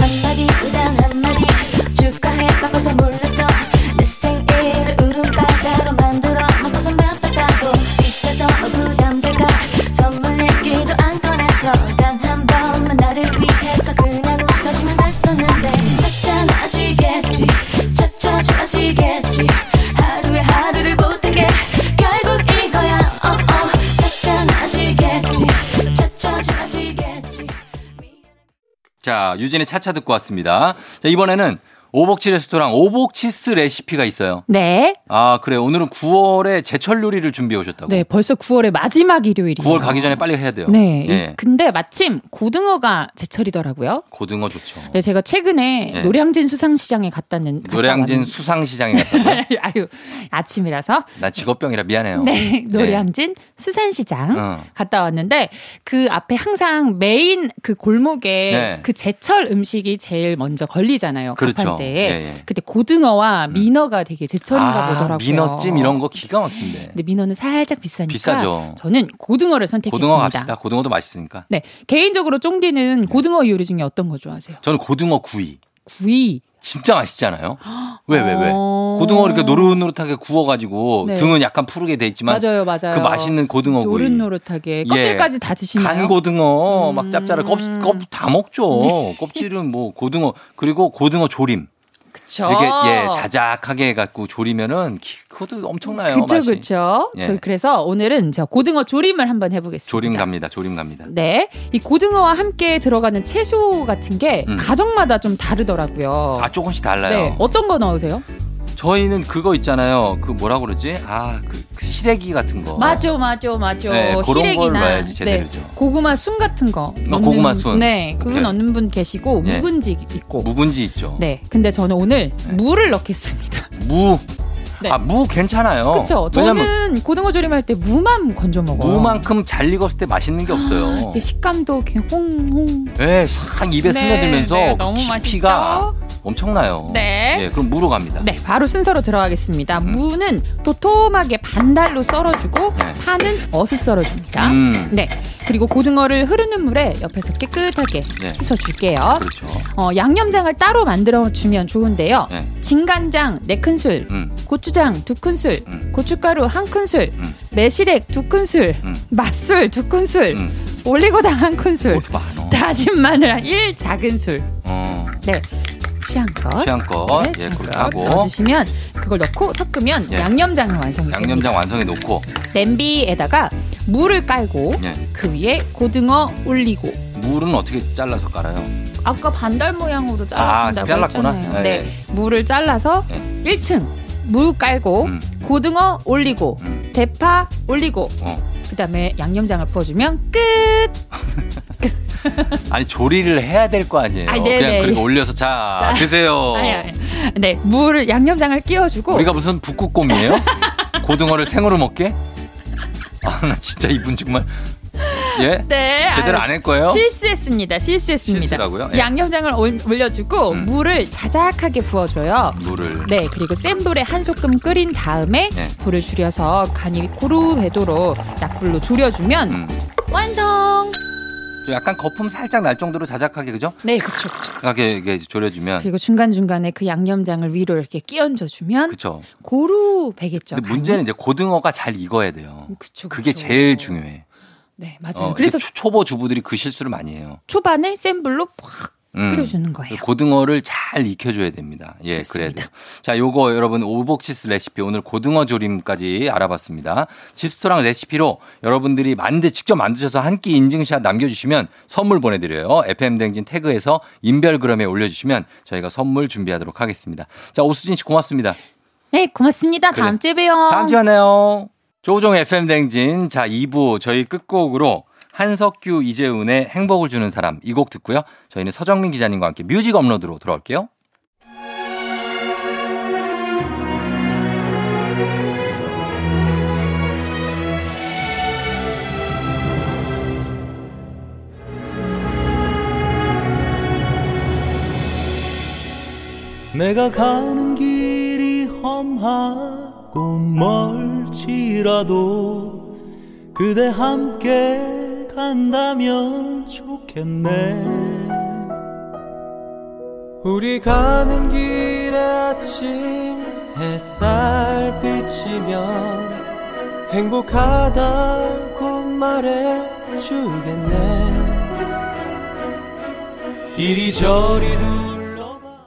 Speaker 3: 한마디 그단 한마디 줄까 했다고서 몰랐어 내 생일을 울음바다로 만들어 넌 벗어났다고 비싸서 부담될까 선물 내기도 안 꺼냈어 단 한 번만 나를 위해서 그냥 웃어주면 됐었는데 차차 나아지겠지 차차 좋아지겠지 하루에 하루를 보탠 게 결국 이거야 어어 차차 나아지겠지 차차 좋아지겠지
Speaker 1: 자, 유진의 차차 듣고 왔습니다. 자, 이번에는 오복치 레스토랑 오복치스 레시피가 있어요.
Speaker 8: 네.
Speaker 1: 아, 그래. 오늘은 9월에 제철 요리를 준비해 오셨다고.
Speaker 8: 네, 벌써 9월의 마지막 일요일이에요.
Speaker 1: 9월 가기 전에 빨리 해야 돼요.
Speaker 8: 네. 이-
Speaker 1: 예.
Speaker 8: 근데 마침 고등어가 제철이더라고요.
Speaker 1: 고등어 좋죠.
Speaker 8: 네, 제가 최근에
Speaker 1: 네.
Speaker 8: 노량진 수상시장에 갔다는 갔다
Speaker 1: 노량진
Speaker 8: 왔는데-
Speaker 1: 수상시장에 갔다.
Speaker 8: 아유 아침이라서
Speaker 1: 나 직업병이라 미안해요. 예.
Speaker 8: 네, 노량진 수산시장
Speaker 1: 어.
Speaker 8: 갔다 왔는데 그 앞에 항상 메인 그 골목에
Speaker 1: 네.
Speaker 8: 그 제철 음식이 제일 먼저 걸리잖아요.
Speaker 1: 그렇죠.
Speaker 8: 간판대에.
Speaker 1: 예, 예.
Speaker 8: 그때 고등어와 민어가 되게 제철인가
Speaker 1: 아,
Speaker 8: 보더라고요. 네,
Speaker 1: 민어찜 이런 거 기가 막힌데.
Speaker 8: 근데 민어는 살짝 비싸니까
Speaker 1: 비싸죠.
Speaker 8: 저는 고등어를 선택했습니다.
Speaker 1: 고등어 갑시다. 네. 고등어도 맛있으니까.
Speaker 8: 네, 개인적으로 쫑디는 고등어 요리 중에 어떤 거 좋아하세요?
Speaker 1: 저는 고등어 구이.
Speaker 8: 구이.
Speaker 1: 진짜 맛있잖아요. 왜, 왜, 왜?
Speaker 8: 어.
Speaker 1: 고등어 이렇게 노릇노릇하게 구워가지고
Speaker 8: 네.
Speaker 1: 등은 약간 푸르게 돼 있지만
Speaker 8: 맞아요, 맞아요.
Speaker 1: 그 맛있는 고등어 구이.
Speaker 8: 노릇노릇하게 껍질까지 다 드시나요?
Speaker 1: 예. 간 고등어
Speaker 8: 음.
Speaker 1: 막 짭짤한 껍껍다 먹죠.
Speaker 8: 네.
Speaker 1: 껍질은 뭐 고등어 그리고 고등어 조림
Speaker 8: 그쵸.
Speaker 1: 이렇게 예 자작하게 해갖고 조리면은 키- 그것도 엄청나요.
Speaker 8: 그쵸,
Speaker 1: 맛이.
Speaker 8: 그쵸.
Speaker 1: 예.
Speaker 8: 저희 그래서 오늘은 제가 고등어 조림을 한번 해보겠습니다.
Speaker 1: 조림 갑니다. 조림 갑니다.
Speaker 8: 네. 이 고등어와 함께 들어가는 채소 같은 게
Speaker 1: 음.
Speaker 8: 가정마다 좀 다르더라고요.
Speaker 1: 아 조금씩 달라요.
Speaker 8: 네. 어떤 거 넣으세요?
Speaker 1: 저희는 그거 있잖아요. 그 뭐라 그러지? 아 그 시래기 같은 거.
Speaker 8: 맞죠, 맞죠, 맞죠.
Speaker 1: 어. 네, 그런 걸
Speaker 8: 시래기나
Speaker 1: 넣어야지 제대로죠. 어,
Speaker 8: 고구마 순 같은 거. 넣는,
Speaker 1: 고구마 순.
Speaker 8: 네. 그거
Speaker 1: 오케이.
Speaker 8: 넣는 분 계시고
Speaker 1: 예.
Speaker 8: 묵은지 있고.
Speaker 1: 묵은지 있죠.
Speaker 8: 네. 근데 저는 오늘 무를 넣겠습니다.
Speaker 1: 무.
Speaker 8: 네.
Speaker 1: 아 무 괜찮아요.
Speaker 8: 그쵸.
Speaker 1: 왜냐면
Speaker 8: 저는 고등어 조림할 때 무만 건져 먹어요. 아,
Speaker 1: 무만큼 잘 익었을 때 맛있는 게 없어요.
Speaker 8: 이게 식감도 그냥 홍홍.
Speaker 1: 예, 싹 입에
Speaker 8: 네,
Speaker 1: 스며들면서
Speaker 8: 네,
Speaker 1: 그
Speaker 8: 너무
Speaker 1: 깊이가 엄청나요.
Speaker 8: 네.
Speaker 1: 예, 그럼 무로 갑니다.
Speaker 8: 네, 바로 순서로 들어가겠습니다. 무는 도톰하게 반달로 썰어주고
Speaker 1: 음. 네.
Speaker 8: 파는 어슷 썰어줍니다.
Speaker 1: 음.
Speaker 8: 네, 그리고 고등어를 흐르는 물에 옆에서 깨끗하게
Speaker 1: 네.
Speaker 8: 씻어줄게요.
Speaker 1: 그렇죠.
Speaker 8: 어, 양념장을 따로 만들어주면 좋은데요.
Speaker 1: 네.
Speaker 8: 진간장 4큰술,
Speaker 1: 음.
Speaker 8: 고추장 2큰술,
Speaker 1: 음.
Speaker 8: 고춧가루 1큰술,
Speaker 1: 음.
Speaker 8: 매실액 2큰술,
Speaker 1: 음.
Speaker 8: 맛술 2큰술,
Speaker 1: 음.
Speaker 8: 올리고당 1큰술,
Speaker 1: 그렇게 많어.
Speaker 8: 다진 마늘 1작은술.
Speaker 1: 어.
Speaker 8: 네. 취향껏.
Speaker 1: 취향껏
Speaker 8: 네,
Speaker 1: 예, 그렇게
Speaker 8: 취향껏
Speaker 1: 하고
Speaker 8: 넣어주시면 그걸 넣고 섞으면
Speaker 1: 예.
Speaker 8: 양념장이 완성이 됩니다.
Speaker 1: 양념장 완성해 놓고
Speaker 8: 냄비에다가 물을 깔고
Speaker 1: 예.
Speaker 8: 그 위에 고등어 올리고
Speaker 1: 물은 어떻게 잘라서 깔아요?
Speaker 8: 아까 반달 모양으로
Speaker 1: 아,
Speaker 8: 잘라준다고
Speaker 1: 잘랐구나.
Speaker 8: 했잖아요.
Speaker 1: 예,
Speaker 8: 네.
Speaker 1: 예.
Speaker 8: 물을 잘라서
Speaker 1: 예.
Speaker 8: 1층 물 깔고
Speaker 1: 음.
Speaker 8: 고등어 올리고
Speaker 1: 음.
Speaker 8: 대파 올리고
Speaker 1: 어.
Speaker 8: 그다음에 양념장을 부어주면 끝.
Speaker 1: 아니 조리를 해야 될 거 아니에요.
Speaker 8: 아, 네,
Speaker 1: 그냥
Speaker 8: 네.
Speaker 1: 그리고 올려서 자 드세요.
Speaker 8: 아니, 아니. 네 물을 양념장을 끼워주고
Speaker 1: 어. 우리가 무슨 북극곰이에요? 고등어를 생으로 먹게? 아 나 진짜 이분 정말 예
Speaker 8: 네
Speaker 1: 제대로
Speaker 8: 아유,
Speaker 1: 안 할 거예요?
Speaker 8: 실수했습니다. 실수했습니다.
Speaker 1: 어? 실수라고요? 예.
Speaker 8: 양념장을 올- 올려주고
Speaker 1: 음.
Speaker 8: 물을 자작하게 부어줘요.
Speaker 1: 물을
Speaker 8: 네, 그리고 센 불에 한 소끔 끓인 다음에
Speaker 1: 네.
Speaker 8: 불을 줄여서 간이 고루 배도록 약불로 졸여주면
Speaker 1: 음.
Speaker 8: 완성.
Speaker 1: 좀 약간 거품 살짝 날 정도로 자작하게 그죠?
Speaker 8: 네, 그렇죠, 그렇죠.
Speaker 1: 자작하게 이게 졸여주면
Speaker 8: 그리고 중간 중간에 그 양념장을 위로 이렇게 끼얹어주면
Speaker 1: 그쵸.
Speaker 8: 고루 배겠죠.
Speaker 1: 근데 문제는 이제 고등어가 잘 익어야 돼요.
Speaker 8: 그쵸,
Speaker 1: 그게
Speaker 8: 그쵸.
Speaker 1: 제일 중요해.
Speaker 8: 네, 맞아요.
Speaker 1: 어,
Speaker 8: 그래서
Speaker 1: 이게 초- 초보 주부들이 그 실수를 많이 해요.
Speaker 8: 초반에 센 불로 확
Speaker 1: 음.
Speaker 8: 끓여주는 거예요.
Speaker 1: 고등어를 잘 익혀줘야 됩니다. 예, 그래야
Speaker 8: 그렇습니다.
Speaker 1: 돼요. 자, 요거 여러분 오복치스 레시피 오늘 고등어 조림까지 알아봤습니다. 집스토랑 레시피로 여러분들이 만드 직접 만드셔서 한 끼 인증샷 남겨주시면 선물 보내드려요. FM 댕진 태그에서 인별그램에 올려주시면 저희가 선물 준비하도록 하겠습니다. 자, 오수진 씨 고맙습니다.
Speaker 8: 네, 고맙습니다. 다음 주에 봬요.
Speaker 1: 다음 주에 만나요. 조종 FM 댕진 자 2부 저희 끝곡으로 한석규 이재훈의 행복을 주는 사람 이 곡 듣고요. 저희는 서정민 기자님과 함께 뮤직 업로드로 돌아올게요.
Speaker 5: 내가 가는 길이 험하고 멀지라도 그대 함께 간다면 좋겠네 우리 가는 길 아침 햇살 비치면 행복하다고 말해주겠네 이리저리 둘러봐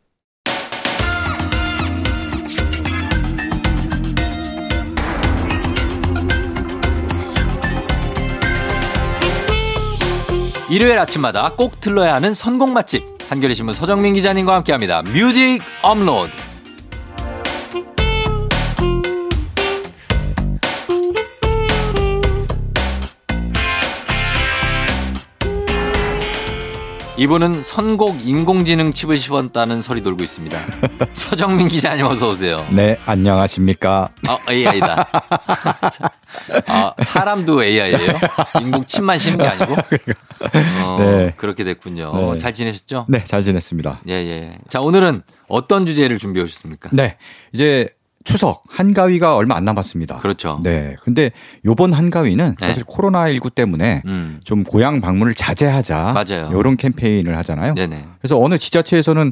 Speaker 1: 일요일 아침마다 꼭 들러야 하는 선곡 맛집 한겨레 신문 서정민 기자님과 함께합니다. 뮤직 업로드. 이분은 선곡 인공지능 칩을 씹었다는 소리 돌고 있습니다. 서정민 기자님 어서 오세요.
Speaker 9: 네, 안녕하십니까.
Speaker 1: 아, AI다. 아, 사람도 AI예요? 인공 칩만 씹는 게 아니고? 어,
Speaker 9: 네.
Speaker 1: 그렇게 됐군요.
Speaker 9: 네.
Speaker 1: 잘 지내셨죠?
Speaker 9: 네, 잘 지냈습니다.
Speaker 1: 예, 예. 자, 오늘은 어떤 주제를 준비해 오셨습니까?
Speaker 9: 네, 이제 추석 한가위가 얼마 안 남았습니다.
Speaker 1: 그렇죠.
Speaker 9: 네, 근데 요번 한가위는
Speaker 1: 네.
Speaker 9: 사실 코로나19 때문에
Speaker 1: 음.
Speaker 9: 좀 고향 방문을 자제하자.
Speaker 1: 맞아요.
Speaker 9: 이런 캠페인을 하잖아요.
Speaker 1: 네네. 네.
Speaker 9: 그래서 어느 지자체에서는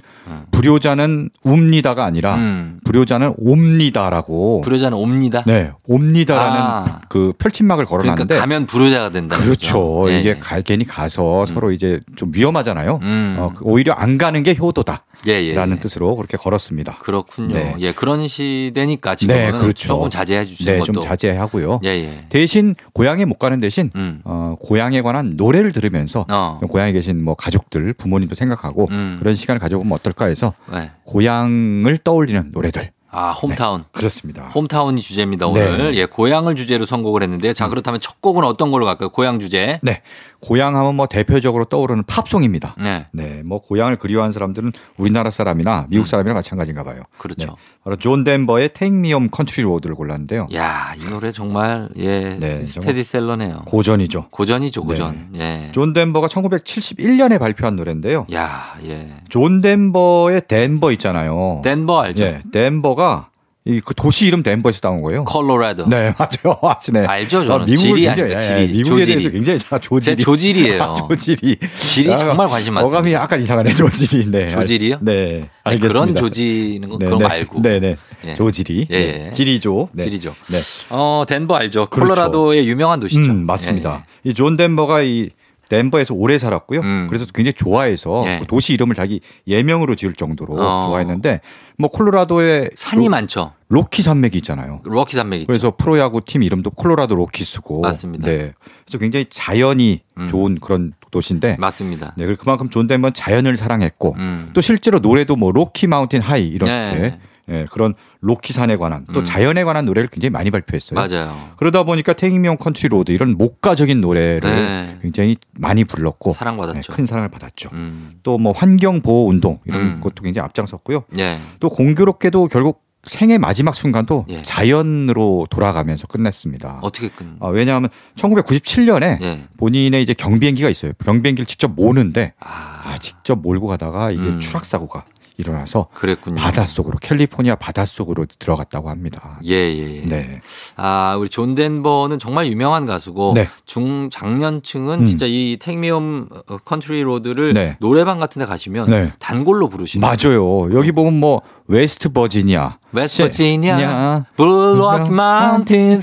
Speaker 9: 불효자는 웁니다가 아니라
Speaker 1: 음.
Speaker 9: 불효자는 옵니다라고.
Speaker 1: 불효자는 옵니다.
Speaker 9: 네, 옵니다라는
Speaker 1: 아.
Speaker 9: 그 펼침막을
Speaker 1: 그러니까
Speaker 9: 걸어놨는데.
Speaker 1: 가면 불효자가 된다.
Speaker 9: 그렇죠. 이게 가, 괜히 가서 서로 이제 좀 위험하잖아요.
Speaker 1: 예. 음.
Speaker 9: 어, 그 오히려 안 가는 게 효도다.
Speaker 1: 예, 예.
Speaker 9: 라는
Speaker 1: 예.
Speaker 9: 뜻으로 그렇게 걸었습니다.
Speaker 1: 그렇군요.
Speaker 9: 네.
Speaker 1: 예, 그런 시대니까 지금은
Speaker 9: 네, 그렇죠.
Speaker 1: 조금 자제해 주시는
Speaker 9: 네,
Speaker 1: 것도.
Speaker 9: 좀 자제하고요.
Speaker 1: 예, 예.
Speaker 9: 대신 고향에 못 가는 대신
Speaker 1: 음.
Speaker 9: 어, 고향에 관한 노래를 들으면서
Speaker 1: 어.
Speaker 9: 고향에 계신 뭐 가족들, 부모님도 생각하고
Speaker 1: 음.
Speaker 9: 그런 시간을 가져보면 어떨까 해서
Speaker 1: 네.
Speaker 9: 고향을 떠올리는 노래들 네,
Speaker 1: 아, 홈타운.
Speaker 9: 그렇습니다.
Speaker 1: 홈타운이 주제입니다 오늘
Speaker 9: 네. 음.
Speaker 1: 예 고향을 주제로 선곡을 했는데요 자 그렇다면 첫 곡은 어떤 걸로 갈까요 고향 주제
Speaker 9: 네, 고향하면 뭐 대표적으로 떠오르는 팝송입니다.
Speaker 1: 네
Speaker 9: 네, 뭐 고향을 그리워하는 사람들은 우리나라 사람이나 미국 사람이나 마찬가지인가 봐요.
Speaker 1: 그렇죠.
Speaker 9: 네, 바로 존 덴버의 Take Me Home Country Road를 골랐는데요.
Speaker 1: 야, 이 노래 정말 예
Speaker 9: 네,
Speaker 1: 스테디셀러네요.
Speaker 9: 고전이죠. 네.
Speaker 1: 고전이죠, 고전. 예.
Speaker 9: 존 덴버가 1971년에 발표한 노래인데요.
Speaker 1: 야, 예.
Speaker 9: 존 덴버의 덴버 있잖아요. 네.
Speaker 1: 덴버 알죠?
Speaker 9: 예, 덴버가 이 그 도시 이름도 엠버에서 따온 거예요.
Speaker 1: 콜로라도.
Speaker 9: 네, 맞아요. 아시네.
Speaker 1: 알죠, 저는.
Speaker 9: 미국을
Speaker 1: 지리
Speaker 9: 굉장히,
Speaker 1: 아닙니까?
Speaker 9: 예,
Speaker 1: 지리.
Speaker 9: 미국에
Speaker 1: 조지리.
Speaker 9: 대해서 굉장히 잘 조지리.
Speaker 1: 제 조질이에요.
Speaker 9: 아, 조지리.
Speaker 1: 질이
Speaker 9: 아,
Speaker 1: 정말 관심 많습니다.
Speaker 9: 어감이 약간 이상하네, 조지리. 네.
Speaker 1: 조질이요?
Speaker 9: 알- 네.
Speaker 1: 아니,
Speaker 9: 알겠습니다.
Speaker 1: 그런 조지는 건 그런
Speaker 9: 네.
Speaker 1: 거 말고.
Speaker 9: 네네.
Speaker 1: 예.
Speaker 9: 조지리.
Speaker 1: 예.
Speaker 9: 네. 지리조. 네.
Speaker 1: 지리죠.
Speaker 9: 네.
Speaker 1: 어, 덴버 알죠.
Speaker 9: 그렇죠.
Speaker 1: 콜로라도의 유명한 도시죠. 예,
Speaker 9: 음, 맞습니다. 이 존 덴버가 이 덴버에서 오래 살았고요.
Speaker 1: 음.
Speaker 9: 그래서 굉장히 좋아해서
Speaker 1: 예.
Speaker 9: 그 도시 이름을 자기 예명으로 지을 정도로
Speaker 1: 어.
Speaker 9: 좋아했는데 뭐 콜로라도에
Speaker 1: 산이 그렇죠.
Speaker 9: 로-
Speaker 1: 많죠.
Speaker 9: 로키 산맥이 있잖아요.
Speaker 1: 로키 산맥이 있죠.
Speaker 9: 그래서 프로야구 팀 이름도 콜로라도 로키스고
Speaker 1: 맞습니다.
Speaker 9: 네. 그래서 굉장히 자연이
Speaker 1: 음.
Speaker 9: 좋은 그런 도시인데
Speaker 1: 맞습니다.
Speaker 9: 네, 그리고 그만큼 존 덴버는 자연을 사랑했고
Speaker 1: 음.
Speaker 9: 또 실제로 노래도 뭐 로키 마운틴 하이 이렇게
Speaker 1: 네.
Speaker 9: 예, 그런 로키 산에 관한 또
Speaker 1: 음.
Speaker 9: 자연에 관한 노래를 굉장히 많이 발표했어요.
Speaker 1: 맞아요.
Speaker 9: 그러다 보니까 태이명 컨트리 로드 이런 목가적인 노래를
Speaker 1: 네.
Speaker 9: 굉장히 많이 불렀고 네,
Speaker 1: 사랑받았죠.
Speaker 9: 큰 사랑을 받았죠.
Speaker 1: 음.
Speaker 9: 또 뭐 환경 보호 운동 이런
Speaker 1: 음.
Speaker 9: 것도 굉장히 앞장섰고요.
Speaker 1: 예.
Speaker 9: 또 공교롭게도 결국 생애 마지막 순간도
Speaker 1: 예.
Speaker 9: 자연으로 돌아가면서 끝냈습니다.
Speaker 1: 어떻게 끝?
Speaker 9: 아, 네. 왜냐하면 1997년에
Speaker 1: 예.
Speaker 9: 본인의 이제 경비행기가 있어요. 경비행기를 직접 모는데
Speaker 1: 아,
Speaker 9: 아, 직접 몰고 가다가 이게
Speaker 1: 음.
Speaker 9: 추락 사고가 일어나서
Speaker 1: 그랬군요.
Speaker 9: 바닷속으로 캘리포니아 바닷속으로 들어갔다고 합니다.
Speaker 1: 예, 예, 예.
Speaker 9: 네.
Speaker 1: 아, 우리 존 덴버는 정말 유명한 가수고
Speaker 9: 네.
Speaker 1: 중 장년층은
Speaker 9: 음.
Speaker 1: 진짜 이 택미엄 어, 컨트리 로드를
Speaker 9: 네.
Speaker 1: 노래방 같은 데 가시면
Speaker 9: 네.
Speaker 1: 단골로 부르시는
Speaker 9: 맞아요. 여기 보면 뭐 웨스트 버지니아,
Speaker 1: 웨스트버지니아,
Speaker 9: 야.
Speaker 1: 블루로키 마운틴,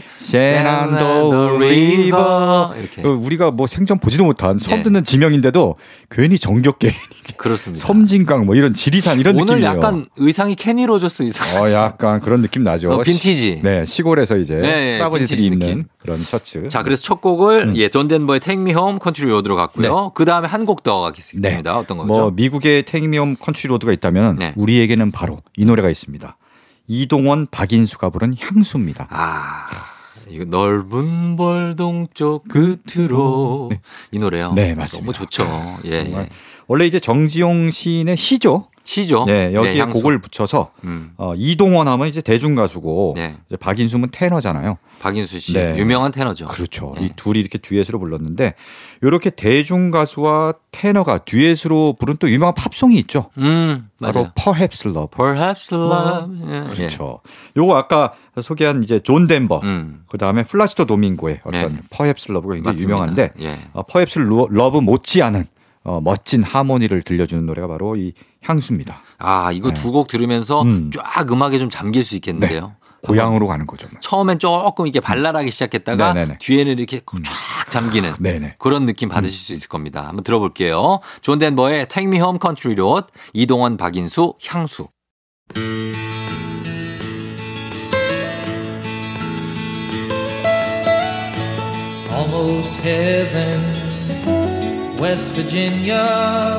Speaker 9: 세난도 리버
Speaker 1: 이렇게
Speaker 9: 어, 우리가 뭐 생전 보지도 못한 처음
Speaker 1: 네.
Speaker 9: 듣는 지명인데도 괜히 정겹게
Speaker 1: 그렇습니다.
Speaker 9: 섬진강 뭐 이런 지리산 이런
Speaker 1: 오늘
Speaker 9: 느낌이에요.
Speaker 1: 약간 의상이 케니 로저스 의상.
Speaker 9: 어 약간 그런 느낌 나죠.
Speaker 1: 어, 빈티지.
Speaker 9: 시- 네 시골에서 이제
Speaker 1: 네, 네,
Speaker 9: 할아버지들이
Speaker 1: 빈티지
Speaker 9: 입는
Speaker 1: 느낌.
Speaker 9: 그런 셔츠.
Speaker 1: 자, 그래서 첫 곡을
Speaker 9: 음. 네.
Speaker 1: 예, 존 덴버의 Take Me Home Country Road로 갔고요. 그 다음에 한 곡 더 가겠습니다. 어떤 거죠?
Speaker 9: 뭐 미국의 탱미엄 컨트리 로드가 있다면
Speaker 1: 네.
Speaker 9: 우리에게는 바로 이 노래가 있습니다. 이동원 박인수가 부른 향수입니다.
Speaker 1: 아, 이거 넓은 벌동쪽 끝으로 이 노래요.
Speaker 9: 네,
Speaker 1: 너무
Speaker 9: 맞습니다.
Speaker 1: 좋죠. 예,
Speaker 9: 정말
Speaker 1: 예.
Speaker 9: 원래 이제 정지용 시인의 시죠.
Speaker 1: 시죠.
Speaker 9: 네, 여기에
Speaker 1: 네, 향수.
Speaker 9: 곡을 붙여서
Speaker 1: 음,
Speaker 9: 어, 이동원 하면 이제 대중 가수고
Speaker 1: 네.
Speaker 9: 이제 박인수는 테너잖아요.
Speaker 1: 박인수 씨
Speaker 9: 네.
Speaker 1: 유명한 테너죠.
Speaker 9: 그렇죠.
Speaker 1: 네.
Speaker 9: 이 둘이 이렇게 듀엣으로 불렀는데 이렇게 대중 가수와 테너가 듀엣으로 부른 또 유명한 팝송이 있죠.
Speaker 1: 음, 맞아요.
Speaker 9: 바로 Perhaps Love.
Speaker 1: Perhaps Love. 예.
Speaker 9: 그렇죠. 요거 아까 소개한 이제 존 덴버.
Speaker 1: 예. 음,
Speaker 9: 그 다음에 플라시도 도밍고의
Speaker 1: 네.
Speaker 9: 어떤 Perhaps Love가 굉장히
Speaker 1: 맞습니다.
Speaker 9: 유명한데
Speaker 1: 예.
Speaker 9: 어, Perhaps Love 못지않은 어, 멋진 하모니를 들려주는 노래가 바로 이 향수입니다.
Speaker 1: 아, 이거 두 곡 들으면서
Speaker 9: 네. 음. 네.
Speaker 1: 쫙 음악에 좀 잠길 수 있겠는데요.
Speaker 9: 고향으로 가는 거죠. 뭐.
Speaker 1: 처음엔 조금 이렇게 발랄하게 시작했다가
Speaker 9: 네네네. 음.
Speaker 1: 뒤에는 이렇게 쫙 잠기는
Speaker 9: 네네. 음.
Speaker 1: 그런 느낌 받으실 수 있을 겁니다. 한번 들어볼게요. 존 덴버의 Take Me Home Country Road, 이동원, 박인수, 향수.
Speaker 5: Almost heaven, West Virginia,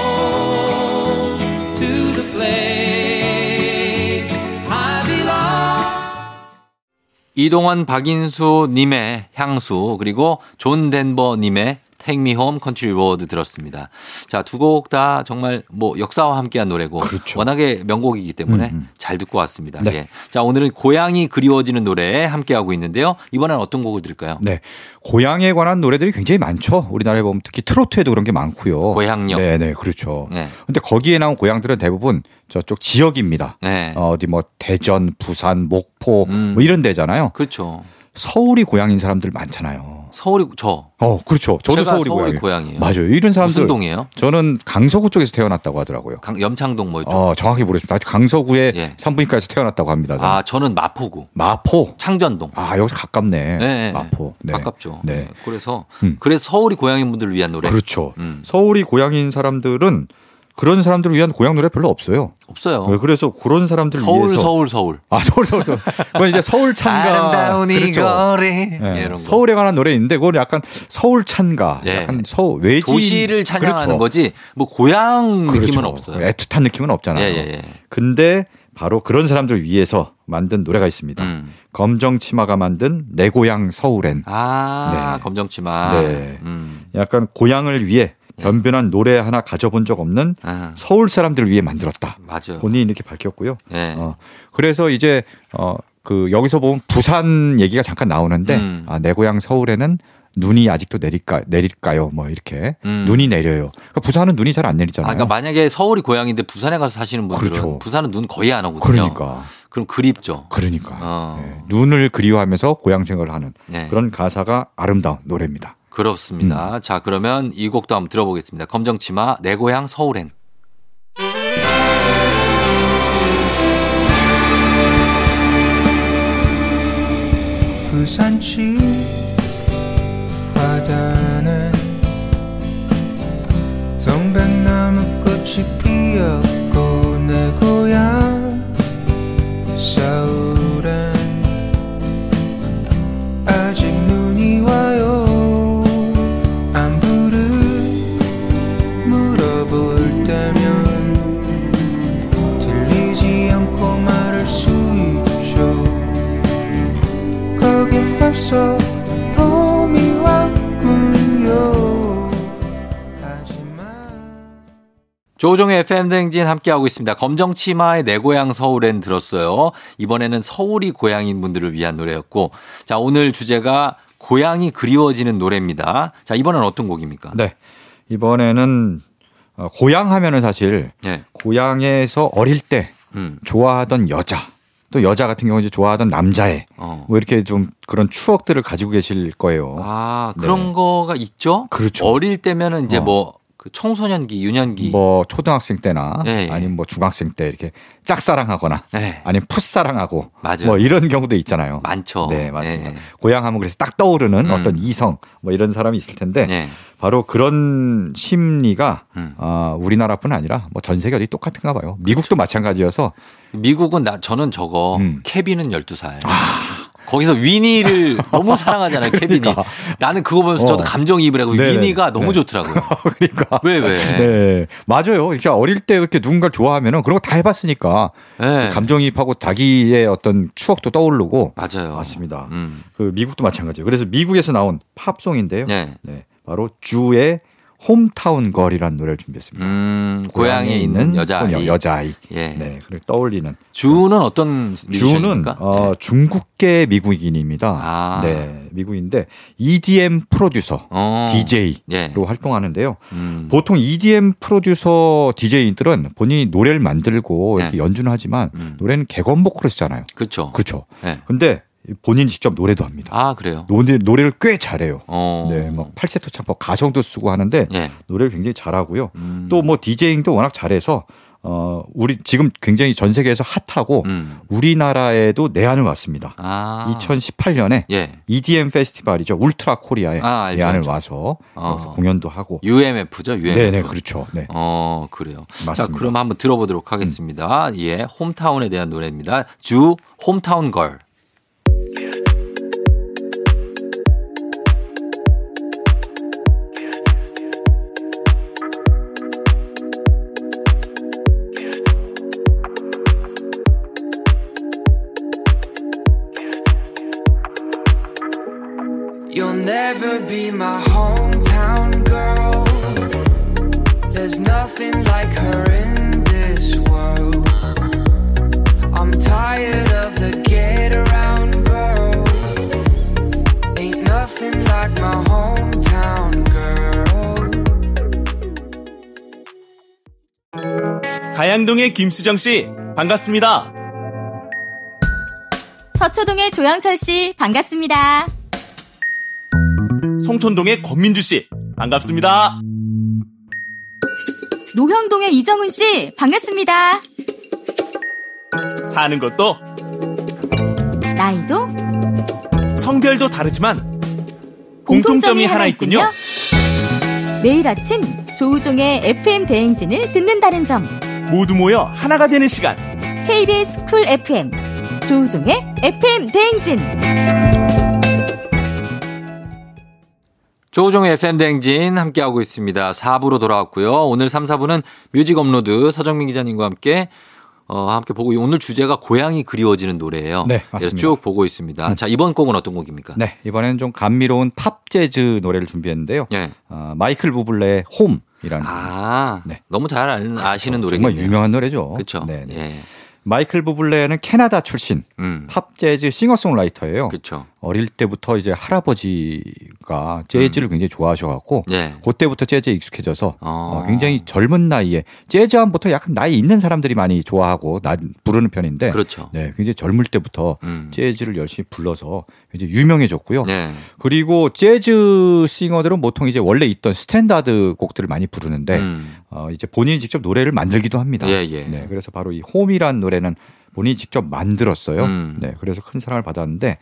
Speaker 5: to the place I belong.
Speaker 1: 이동원, 박인수 님의 향수, 그리고 존 덴버 님의 Take Me Home Country Road 들었습니다. 자, 두 곡 다 정말 뭐 역사와 함께한 노래고
Speaker 9: 그렇죠.
Speaker 1: 워낙에 명곡이기 때문에
Speaker 9: 음, 음.
Speaker 1: 잘 듣고 왔습니다.
Speaker 9: 네.
Speaker 1: 예. 자, 오늘은 고향이 그리워지는 노래 함께하고 있는데요. 이번엔 어떤 곡을 들을까요?
Speaker 9: 네. 고향에 관한 노래들이 굉장히 많죠. 우리나라에 보면 특히 트로트에도 그런 게 많고요.
Speaker 1: 고향역.
Speaker 9: 네, 네, 그렇죠.
Speaker 1: 네.
Speaker 9: 근데 거기에 나온 고향들은 대부분 저쪽 지역입니다.
Speaker 1: 네.
Speaker 9: 어, 어디 뭐 대전, 부산, 목포
Speaker 1: 음.
Speaker 9: 뭐 이런 데잖아요.
Speaker 1: 그렇죠.
Speaker 9: 서울이 고향인 사람들 많잖아요.
Speaker 1: 서울이 저
Speaker 9: 어, 그렇죠. 저도
Speaker 1: 제가
Speaker 9: 서울이,
Speaker 1: 서울이
Speaker 9: 고향이에요.
Speaker 1: 고향이에요.
Speaker 9: 맞아요. 이런
Speaker 1: 무슨
Speaker 9: 사람들
Speaker 1: 동이에요?
Speaker 9: 저는 강서구 쪽에서 태어났다고 하더라고요.
Speaker 1: 강- 염창동 뭐였죠?
Speaker 9: 어, 정확히 모르겠습니다. 아직 강서구의
Speaker 1: 예.
Speaker 9: 산부인과에서 태어났다고 합니다. 저는.
Speaker 1: 아 저는 마포구
Speaker 9: 마포.
Speaker 1: 창전동.
Speaker 9: 아, 여기서 가깝네.
Speaker 1: 네,
Speaker 9: 마포. 네.
Speaker 1: 가깝죠.
Speaker 9: 네.
Speaker 1: 그래서
Speaker 9: 음.
Speaker 1: 그래서 서울이 고향인 분들을 위한 노래
Speaker 9: 그렇죠.
Speaker 1: 음.
Speaker 9: 서울이 고향인 사람들은 그런 사람들을 위한 고향 노래 별로 없어요.
Speaker 1: 없어요.
Speaker 9: 네, 그래서 그런 사람들을
Speaker 1: 서울
Speaker 9: 위해서
Speaker 1: 서울 서울.
Speaker 9: 아 서울 서울 서울. 그건 이제 서울 찬가.
Speaker 1: 아름다운 이
Speaker 9: 그렇죠.
Speaker 1: 거리
Speaker 9: 예,
Speaker 1: 예, 이런 거.
Speaker 9: 서울에 관한 노래 있는데 그건 약간 서울 찬가,
Speaker 1: 예.
Speaker 9: 약간 서울 외지
Speaker 1: 도시를 찬양하는
Speaker 9: 그렇죠.
Speaker 1: 거지 뭐 고향
Speaker 9: 그렇죠.
Speaker 1: 느낌은 없어요.
Speaker 9: 애틋한 느낌은 없잖아요.
Speaker 1: 예, 예, 예.
Speaker 9: 근데 바로 그런 사람들 을 위해서 만든 노래가 있습니다.
Speaker 1: 음.
Speaker 9: 검정 치마가 만든 내 고향 서울엔
Speaker 1: 아,
Speaker 9: 네.
Speaker 1: 검정치마.
Speaker 9: 네.
Speaker 1: 음.
Speaker 9: 약간 고향을 위해 변변한 노래 하나 가져본 적 없는
Speaker 1: 네. 아,
Speaker 9: 서울 사람들을 위해 만들었다.
Speaker 1: 맞아요.
Speaker 9: 본인이 이렇게 밝혔고요.
Speaker 1: 네.
Speaker 9: 어, 그래서 이제 어, 그 여기서 보면 부산 얘기가 잠깐 나오는데
Speaker 1: 음.
Speaker 9: 아, 내 고향 서울에는 눈이 아직도 내릴까 내릴까요? 뭐 이렇게
Speaker 1: 음.
Speaker 9: 눈이 내려요. 그러니까 부산은 눈이 잘 안
Speaker 1: 아,
Speaker 9: 내리잖아요.
Speaker 1: 그러니까 만약에 서울이 고향인데 부산에 가서 사시는 분들은
Speaker 9: 그렇죠.
Speaker 1: 부산은 눈 거의 안 오거든요.
Speaker 9: 그러니까
Speaker 1: 럼 그립죠.
Speaker 9: 그러니까
Speaker 1: 어.
Speaker 9: 예, 눈을 그리워하면서 고향 생활을 하는
Speaker 1: 네.
Speaker 9: 그런 가사가 아름다운 노래입니다. 음.
Speaker 1: 그렇습니다. 자, 그러면 이 곡도 한번 들어보겠습니다. 검정치마, 내 고향 서울엔.
Speaker 6: 부산치 바다는 동백나무꽃이 피었고 내 고향 서울엔 아직 눈이 와요 안부를 물어볼 때면 들리지 않고 말할 수 있죠 거긴 벌써 봄이 왔군요 하지만
Speaker 1: 조종의 FM 댕진 함께하고 있습니다. 검정치마의 내 고향 서울엔 들었어요. 이번에는 서울이 고향인 분들을 위한 노래였고, 자, 오늘 주제가 고향이 그리워지는 노래입니다. 자, 이번엔 어떤 곡입니까?
Speaker 9: 네. 이번에는 어, 고향 하면은 사실
Speaker 1: 예.
Speaker 9: 고향에서 어릴 때
Speaker 1: 음.
Speaker 9: 좋아하던 여자 또 여자 같은 경우 이제 좋아하던 남자의
Speaker 1: 어.
Speaker 9: 뭐 이렇게 좀 그런 추억들을 가지고 계실 거예요.
Speaker 1: 아,
Speaker 9: 네.
Speaker 1: 그런 거가 있죠?
Speaker 9: 그렇죠.
Speaker 1: 어릴 때면은 이제
Speaker 9: 어.
Speaker 1: 뭐, 그 청소년기, 유년기.
Speaker 9: 뭐 초등학생 때나
Speaker 1: 예, 예.
Speaker 9: 아니면 뭐 중학생 때 이렇게 짝사랑하거나
Speaker 1: 네.
Speaker 9: 아니면 풋사랑하고
Speaker 1: 맞아요.
Speaker 9: 뭐 이런 경우도 있잖아요.
Speaker 1: 많죠.
Speaker 9: 네, 맞습니다.
Speaker 1: 예.
Speaker 9: 고향 하면 그래서 딱 떠오르는
Speaker 1: 음.
Speaker 9: 어떤 이성 뭐 이런 사람이 있을 텐데
Speaker 1: 예.
Speaker 9: 바로 그런 심리가
Speaker 1: 음.
Speaker 9: 아, 우리나라뿐 아니라 뭐 전 세계 어디 똑같은가 봐요.
Speaker 1: 그렇죠.
Speaker 9: 미국도 마찬가지여서
Speaker 1: 미국은 나 저는 저거
Speaker 9: 음. 아.
Speaker 1: 케빈은 12살. 거기서 위니를 너무 사랑하잖아요, 케빈이.
Speaker 9: 그러니까.
Speaker 1: 나는 그거 보면서 저도
Speaker 9: 어.
Speaker 1: 감정이입을 하고
Speaker 9: 네네.
Speaker 1: 위니가 너무
Speaker 9: 네.
Speaker 1: 좋더라고요.
Speaker 9: 그러니까
Speaker 1: 왜 왜? 네.
Speaker 9: 네, 맞아요. 진짜 어릴 때 그렇게 누군가 좋아하면은 그런 거 다 해봤으니까
Speaker 1: 네.
Speaker 9: 그 감정이입하고 자기의 어떤 추억도 떠오르고
Speaker 1: 맞아요.
Speaker 9: 맞습니다.
Speaker 1: 음.
Speaker 9: 그 미국도 마찬가지예요. 그래서 미국에서 나온 팝송인데요.
Speaker 1: 네.
Speaker 9: 네, 바로 주의 홈타운 걸이라는 노래를 준비했습니다.
Speaker 1: 음, 고향에 있는 여자.
Speaker 9: 소녀,
Speaker 1: 이
Speaker 9: 여자아이.
Speaker 1: 예.
Speaker 9: 네, 그걸 떠올리는
Speaker 1: 주는 어떤
Speaker 9: 주는
Speaker 1: 뮤지션입니까?
Speaker 9: 어,
Speaker 1: 네.
Speaker 9: 중국계 미국인입니다.
Speaker 1: 아.
Speaker 9: 네, 미국인데 EDM 프로듀서
Speaker 1: 어.
Speaker 9: DJ로
Speaker 1: 예.
Speaker 9: 활동하는데요.
Speaker 1: 음.
Speaker 9: 보통 EDM 프로듀서 DJ들은 본인이 노래를 만들고
Speaker 1: 네.
Speaker 9: 이렇게 연주는 하지만
Speaker 1: 음.
Speaker 9: 노래는 객원 보컬을 쓰잖아요.
Speaker 1: 그렇죠.
Speaker 9: 그렇죠.
Speaker 1: 네.
Speaker 9: 근데 본인이 직접 노래도 합니다.
Speaker 1: 아, 그래요.
Speaker 9: 노래, 노래를 꽤 잘해요.
Speaker 1: 어.
Speaker 9: 네, 막 팔세토 창법 가성도 쓰고 하는데
Speaker 1: 예.
Speaker 9: 노래를 굉장히 잘하고요.
Speaker 1: 음.
Speaker 9: 또 뭐 디제잉도 워낙 잘해서 어 우리 지금 굉장히 전 세계에서 핫하고
Speaker 1: 음.
Speaker 9: 우리나라에도 내한을 왔습니다.
Speaker 1: 아.
Speaker 9: 2018년에
Speaker 1: 예.
Speaker 9: EDM 페스티벌이죠 울트라 코리아에
Speaker 1: 아, 알죠,
Speaker 9: 내한을
Speaker 1: 알죠.
Speaker 9: 와서
Speaker 1: 어.
Speaker 9: 거기서 공연도 하고.
Speaker 1: UMF죠, UMF.
Speaker 9: 네, 네, 그렇죠. 네.
Speaker 1: 어, 그래요. 자,
Speaker 9: 맞습니다.
Speaker 1: 그럼 한번 들어보도록 하겠습니다. 예, 홈타운에 대한 노래입니다. 주 홈타운 걸.
Speaker 6: You'll never be my hometown girl. There's nothing like her in this world. I'm tired of the get around girl. Ain't nothing like my hometown girl.
Speaker 1: 어.
Speaker 10: 가양동의 김수정 씨 반갑습니다.
Speaker 7: 서초동의 조영철 씨 반갑습니다.
Speaker 10: 송촌동의 권민주 씨 반갑습니다.
Speaker 7: 노형동의 이정훈 씨 반갑습니다.
Speaker 10: 사는 것도
Speaker 7: 나이도
Speaker 10: 성별도 다르지만
Speaker 7: 공통점이 하나 있군요. 매일 아침 조우종의 FM 대행진을 듣는다는 점.
Speaker 10: 모두 모여 하나가 되는 시간
Speaker 7: KBS 쿨 FM 조우종의 FM 대행진.
Speaker 1: 조종의 FM대행진 함께하고 있습니다. 4부로 돌아왔고요. 오늘 3, 4부는 뮤직 업로드 서정민 기자님과 함께 어, 함께 보고 오늘 주제가 고향이 그리워지는 노래예요.
Speaker 9: 네,
Speaker 1: 그래서
Speaker 9: 맞습니다. 음.
Speaker 1: 쭉 보고 있습니다. 자, 이번 곡은 어떤 곡입니까?
Speaker 9: 네, 이번에는 좀 감미로운 팝 재즈 노래를 준비했는데요.
Speaker 1: 예.
Speaker 9: 어, 마이클 부블레의 홈이라는
Speaker 1: 아, 너무 잘 아는, 아시는 노래겠네요.
Speaker 9: 네. 그렇죠. 정말 유명한 노래죠.
Speaker 1: 그렇죠.
Speaker 9: 네, 네.
Speaker 1: 예. 음.
Speaker 9: 마이클 부블레는 캐나다 출신 팝 재즈 싱어송라이터예요.
Speaker 1: 그렇죠.
Speaker 9: 어릴 때부터 이제 할아버지가 재즈를
Speaker 1: 음.
Speaker 9: 굉장히 좋아하셔갖고
Speaker 1: 예.
Speaker 9: 그때부터 재즈에 익숙해져서 어, 굉장히 젊은 나이에 재즈하면부터 약간 나이 있는 사람들이 많이 좋아하고 나, 부르는 편인데
Speaker 1: 그렇죠. 음.
Speaker 9: 네, 굉장히 젊을 때부터 재즈를 열심히 불러서 이제 유명해졌고요.
Speaker 1: 네.
Speaker 9: 그리고 재즈 싱어들은 보통 이제 원래 있던 스탠다드 곡들을 많이 부르는데 어, 이제 본인이 직접 노래를 만들기도 합니다.
Speaker 1: 음. 예, 예.
Speaker 9: 네, 그래서 바로 이 홈이란 노래는 본인이 직접 만들었어요.
Speaker 1: 음.
Speaker 9: 네, 그래서 큰 사랑을 받았는데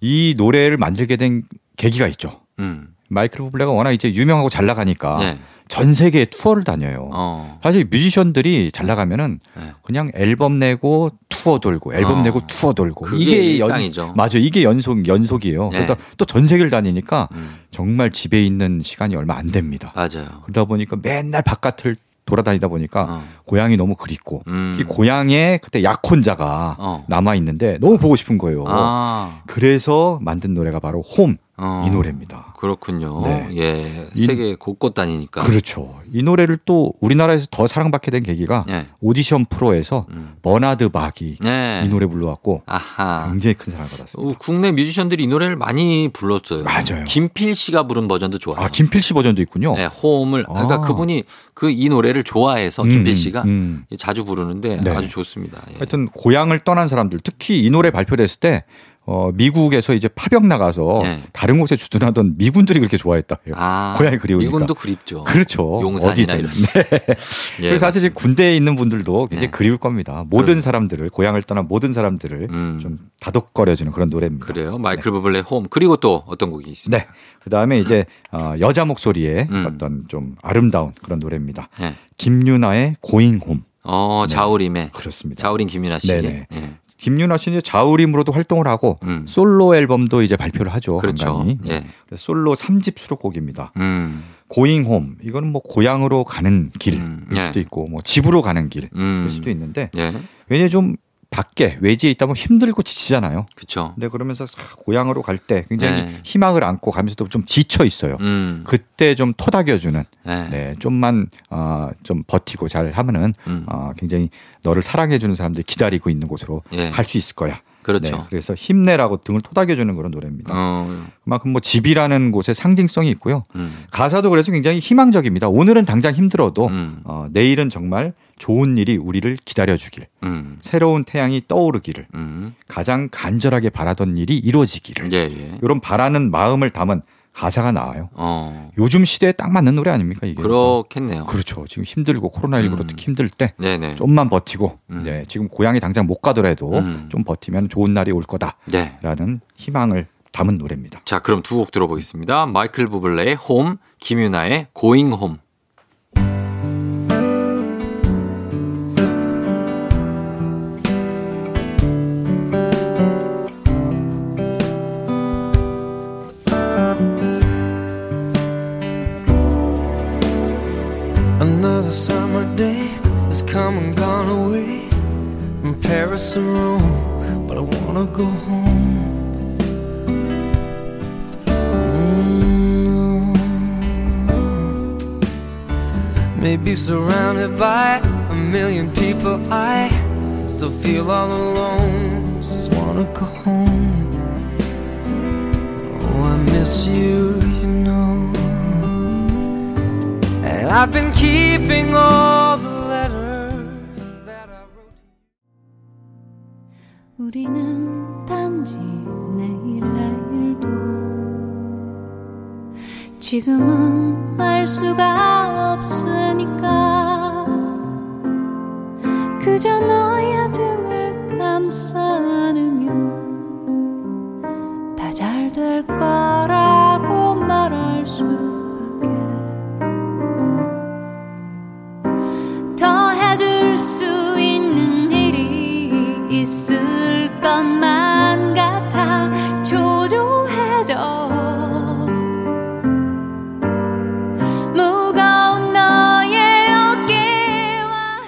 Speaker 9: 이 노래를 만들게 된 계기가 있죠.
Speaker 1: 음.
Speaker 9: 마이클 부블레가 워낙 이제 유명하고 잘 나가니까
Speaker 1: 네.
Speaker 9: 전 세계 투어를 다녀요.
Speaker 1: 어. 예.
Speaker 9: 사실 뮤지션들이 잘 나가면은 그냥 앨범 내고 투어 돌고 앨범
Speaker 1: 어.
Speaker 9: 내고 투어 돌고
Speaker 1: 그게 일상이죠.
Speaker 9: 연, 맞아 이게 연속 연속이에요.
Speaker 1: 네. 음.
Speaker 9: 그러다 또 전 세계를 다니니까 정말 집에 있는 시간이 얼마 안 됩니다.
Speaker 1: 맞아요.
Speaker 9: 그러다 보니까 맨날 바깥을 돌아다니다 보니까
Speaker 1: 어.
Speaker 9: 고향이 너무 그립고
Speaker 1: 음.
Speaker 9: 이 고향에 그때 약혼자가 남아 있는데 너무 보고 싶은 거예요.
Speaker 1: 어. 아. 어.
Speaker 9: 그래서 만든 노래가 바로 홈 이 노래입니다.
Speaker 1: 그렇군요.
Speaker 9: 네.
Speaker 1: 예.
Speaker 9: 이-
Speaker 1: 세계 곳곳 다니니까.
Speaker 9: 그렇죠. 이 노래를 또 우리나라에서 더 사랑받게 된 계기가
Speaker 1: 예.
Speaker 9: 오디션 프로에서
Speaker 1: 음.
Speaker 9: 버나드 박이
Speaker 1: 네.
Speaker 9: 이 노래 불러왔고
Speaker 1: 아.
Speaker 9: 굉장히 큰 사랑을 받았어요.
Speaker 1: 어, 국내 뮤지션들이 이 노래를 많이 불렀어요. 맞아요. 김필 씨가 부른 버전도 좋아요.
Speaker 9: 아 김필 씨 버전도 있군요.
Speaker 1: 네, 호음을 그러니까
Speaker 9: 아.
Speaker 1: 그분이 그 이 노래를 좋아해서
Speaker 9: 음,
Speaker 1: 어, 김필 씨가
Speaker 9: 음.
Speaker 1: 자주 부르는데
Speaker 9: 네.
Speaker 1: 아주 좋습니다. 예.
Speaker 9: 하여튼 고향을 떠난 사람들 특히 이 노래 발표됐을 때 어, 미국에서 이제 파병 나가서
Speaker 1: 예.
Speaker 9: 다른 곳에 주둔하던 미군들이 그렇게 좋아했다 해요. 고향이 그리우니까.
Speaker 1: 미군도 그립죠.
Speaker 9: 그렇죠.
Speaker 1: 용산이나
Speaker 9: 어디든.
Speaker 1: 이런
Speaker 9: 네.
Speaker 1: 예,
Speaker 9: 그래서 사실 지금 군대에 있는 분들도 굉장히
Speaker 1: 네.
Speaker 9: 그리울 겁니다. 모든 사람들을 고향을 떠난 모든 사람들을 좀 다독거려주는 그런
Speaker 1: 음.
Speaker 9: 노래입니다.
Speaker 1: 그래요. 마이클 버블레 홈 그리고 또 어떤 곡이 있어요?
Speaker 9: 네. 그 다음에 이제 어, 여자 목소리의
Speaker 1: 음.
Speaker 9: 어떤 좀 아름다운 그런 노래입니다.
Speaker 1: 네.
Speaker 9: 김유나의 고잉홈.
Speaker 1: 어 자우림의
Speaker 9: 그렇습니다.
Speaker 1: 자우림 김윤아 씨.
Speaker 9: 네.
Speaker 1: 예.
Speaker 9: 네네. 김유나 씨는 이제 자우림으로도 활동을 하고 솔로 앨범도 이제 발표를 하죠.
Speaker 1: 음. 그렇죠.
Speaker 9: 간간히.
Speaker 1: 예. 음.
Speaker 9: 그래서 솔로 3집 수록곡입니다. 고잉홈 이거는 뭐 고향으로 가는 길일
Speaker 1: 예.
Speaker 9: 수도 있고 뭐 집으로 가는 길일
Speaker 1: 음.
Speaker 9: 수도 있는데
Speaker 1: 예.
Speaker 9: 왜냐 좀 밖에 외지에 있다면 힘들고 지치잖아요.
Speaker 1: 그렇죠.
Speaker 9: 근데 그러면서 싹 고향으로 갈 때 굉장히
Speaker 1: 네.
Speaker 9: 희망을 안고 가면서도 좀 지쳐 있어요.
Speaker 1: 음.
Speaker 9: 그때 좀 토닥여주는,
Speaker 1: 네.
Speaker 9: 좀만 어, 좀 버티고 잘 하면은
Speaker 1: 음.
Speaker 9: 어, 굉장히 너를 사랑해주는 사람들이 기다리고 있는 곳으로
Speaker 1: 예.
Speaker 9: 갈 수 있을 거야.
Speaker 1: 그렇죠.
Speaker 9: 네, 그래서 힘내라고 등을 토닥여주는 그런 노래입니다.
Speaker 1: 어.
Speaker 9: 그만큼 뭐 집이라는 곳의 상징성이 있고요.
Speaker 1: 음.
Speaker 9: 가사도 그래서 굉장히 희망적입니다. 오늘은 당장 힘들어도
Speaker 1: 음.
Speaker 9: 어, 내일은 정말 좋은 일이 우리를 기다려주길,
Speaker 1: 음.
Speaker 9: 새로운 태양이 떠오르기를,
Speaker 1: 음.
Speaker 9: 가장 간절하게 바라던 일이 이루어지기를
Speaker 1: 예, 예.
Speaker 9: 이런 바라는 마음을 담은 가사가 나와요.
Speaker 1: 어.
Speaker 9: 요즘 시대에 딱 맞는 노래 아닙니까 이게?
Speaker 1: 그렇겠네요. 음.
Speaker 9: 그렇죠. 지금 힘들고 코로나 19로 특히 힘들 때
Speaker 1: 네네.
Speaker 9: 좀만 버티고
Speaker 1: 음.
Speaker 9: 네, 지금 고향에 당장 못 가더라도 좀 버티면 좋은 날이 올
Speaker 1: 네.
Speaker 9: 거다라는 희망을 담은 노래입니다.
Speaker 1: 자, 그럼 두 곡 들어보겠습니다. 마이클 부블레의 홈, 김윤아의 고잉 홈.
Speaker 5: Another summer day has come and gone away. In Paris or Rome, but I wanna go home. Mm. Maybe surrounded by a million people, I still feel all alone. Just wanna go home. Oh, I miss you, you know. And I've been keeping all the letters that I
Speaker 11: 우리는 단지 내일 일도 지금은 알 수가 없으니까 그저 너의 등을 감싸 안으면 다 잘 될 거라고 말할 수밖에 더 해줄 수 있는 일이 있을 것만 같아 초조해져 무거운 너의 어깨와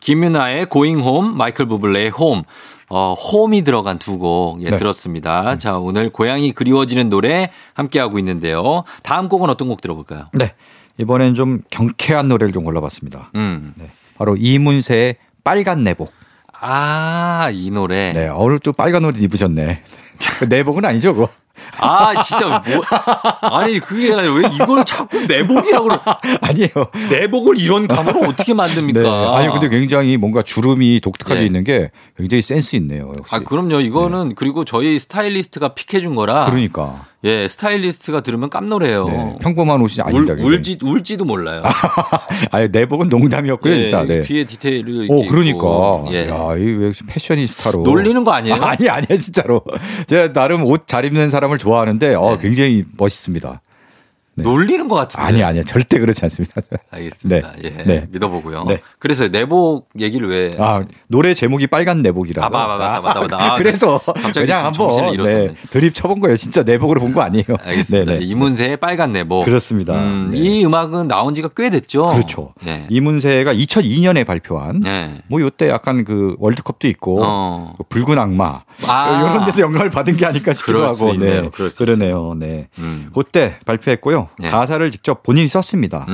Speaker 1: 김윤아의 고잉홈, 마이클 부블레의 홈. 어, 홈이 들어간 두 곡, 예,
Speaker 9: 네.
Speaker 1: 들었습니다. 자, 오늘 고향이 그리워지는 노래 함께하고 있는데요. 다음 곡은 어떤 곡 들어볼까요?
Speaker 9: 네. 이번엔 좀 경쾌한 노래를 좀 골라봤습니다.
Speaker 1: 음.
Speaker 9: 바로 이문세의 빨간 내복.
Speaker 1: 아, 이 노래.
Speaker 9: 네. 오늘 또 빨간 옷 입으셨네. 그 내복은 아니죠, 그거.
Speaker 1: 아, 진짜 뭐 아니, 그게 아니라 왜 이걸 자꾸 내복이라고 그러
Speaker 9: 아니에요.
Speaker 1: 내복을 이런 감으로 어떻게 만듭니까?
Speaker 9: 네. 아니 근데 굉장히 뭔가 주름이 독특하게
Speaker 1: 예.
Speaker 9: 있는 게 굉장히 센스 있네요. 역시.
Speaker 1: 아, 그럼요. 이거는 그리고 저희 스타일리스트가 픽해 준 거라
Speaker 9: 네. 그러니까
Speaker 1: 예, 스타일리스트가 들으면 깜놀해요.
Speaker 9: 네, 평범한 옷이 아니다.
Speaker 1: 어. 울, 울지 울지도 몰라요.
Speaker 9: 아니 내복은 농담이었고요,
Speaker 1: 예,
Speaker 9: 진짜. 네.
Speaker 1: 뒤에 디테일을 이렇게
Speaker 9: 오, 그러니까.
Speaker 1: 있고. 예.
Speaker 9: 야, 이왜 패셔니스타로.
Speaker 1: 놀리는 거 아니에요?
Speaker 9: 아니, 아니에요, 진짜로. 제가 나름 옷 잘 입는 사람을 좋아하는데,
Speaker 1: 예.
Speaker 9: 어, 굉장히 멋있습니다.
Speaker 1: 놀리는 것 같은데.
Speaker 9: 네. 아니, 아니요. 절대 그렇지 않습니다.
Speaker 1: 알겠습니다.
Speaker 9: 네.
Speaker 1: 예,
Speaker 9: 네.
Speaker 1: 믿어보고요.
Speaker 9: 네.
Speaker 1: 그래서 내복 얘기를 왜?
Speaker 9: 아, 노래 제목이 빨간 내복이라서.
Speaker 1: 아, 맞다, 맞다, 맞다, 맞다. 아,
Speaker 9: 그래서
Speaker 1: 갑자기 지금
Speaker 9: 그냥 한번
Speaker 1: 정신을 잃었었네.
Speaker 9: 네, 드립 쳐본 거예요. 진짜 내복으로 본 거 아니에요.
Speaker 1: 알겠습니다.
Speaker 9: 네, 네.
Speaker 1: 이문세의 빨간 내복.
Speaker 9: 그렇습니다. 네.
Speaker 1: 음, 이 음악은 나온 지가 꽤 됐죠.
Speaker 9: 그렇죠.
Speaker 1: 네.
Speaker 9: 이문세가 2002년에 발표한
Speaker 1: 네. 어.
Speaker 9: 뭐 요때 약간 그 월드컵도 있고 그 붉은 악마
Speaker 1: 아.
Speaker 9: 이런 데서 영감을 받은 게 아닐까 싶기도
Speaker 1: 그럴
Speaker 9: 하고
Speaker 1: 수 있네요. 그럴 수
Speaker 9: 그러네요. 네.
Speaker 1: 음.
Speaker 9: 그때 발표했고요.
Speaker 1: 네. 음.
Speaker 9: 가사를 직접 본인이 썼습니다.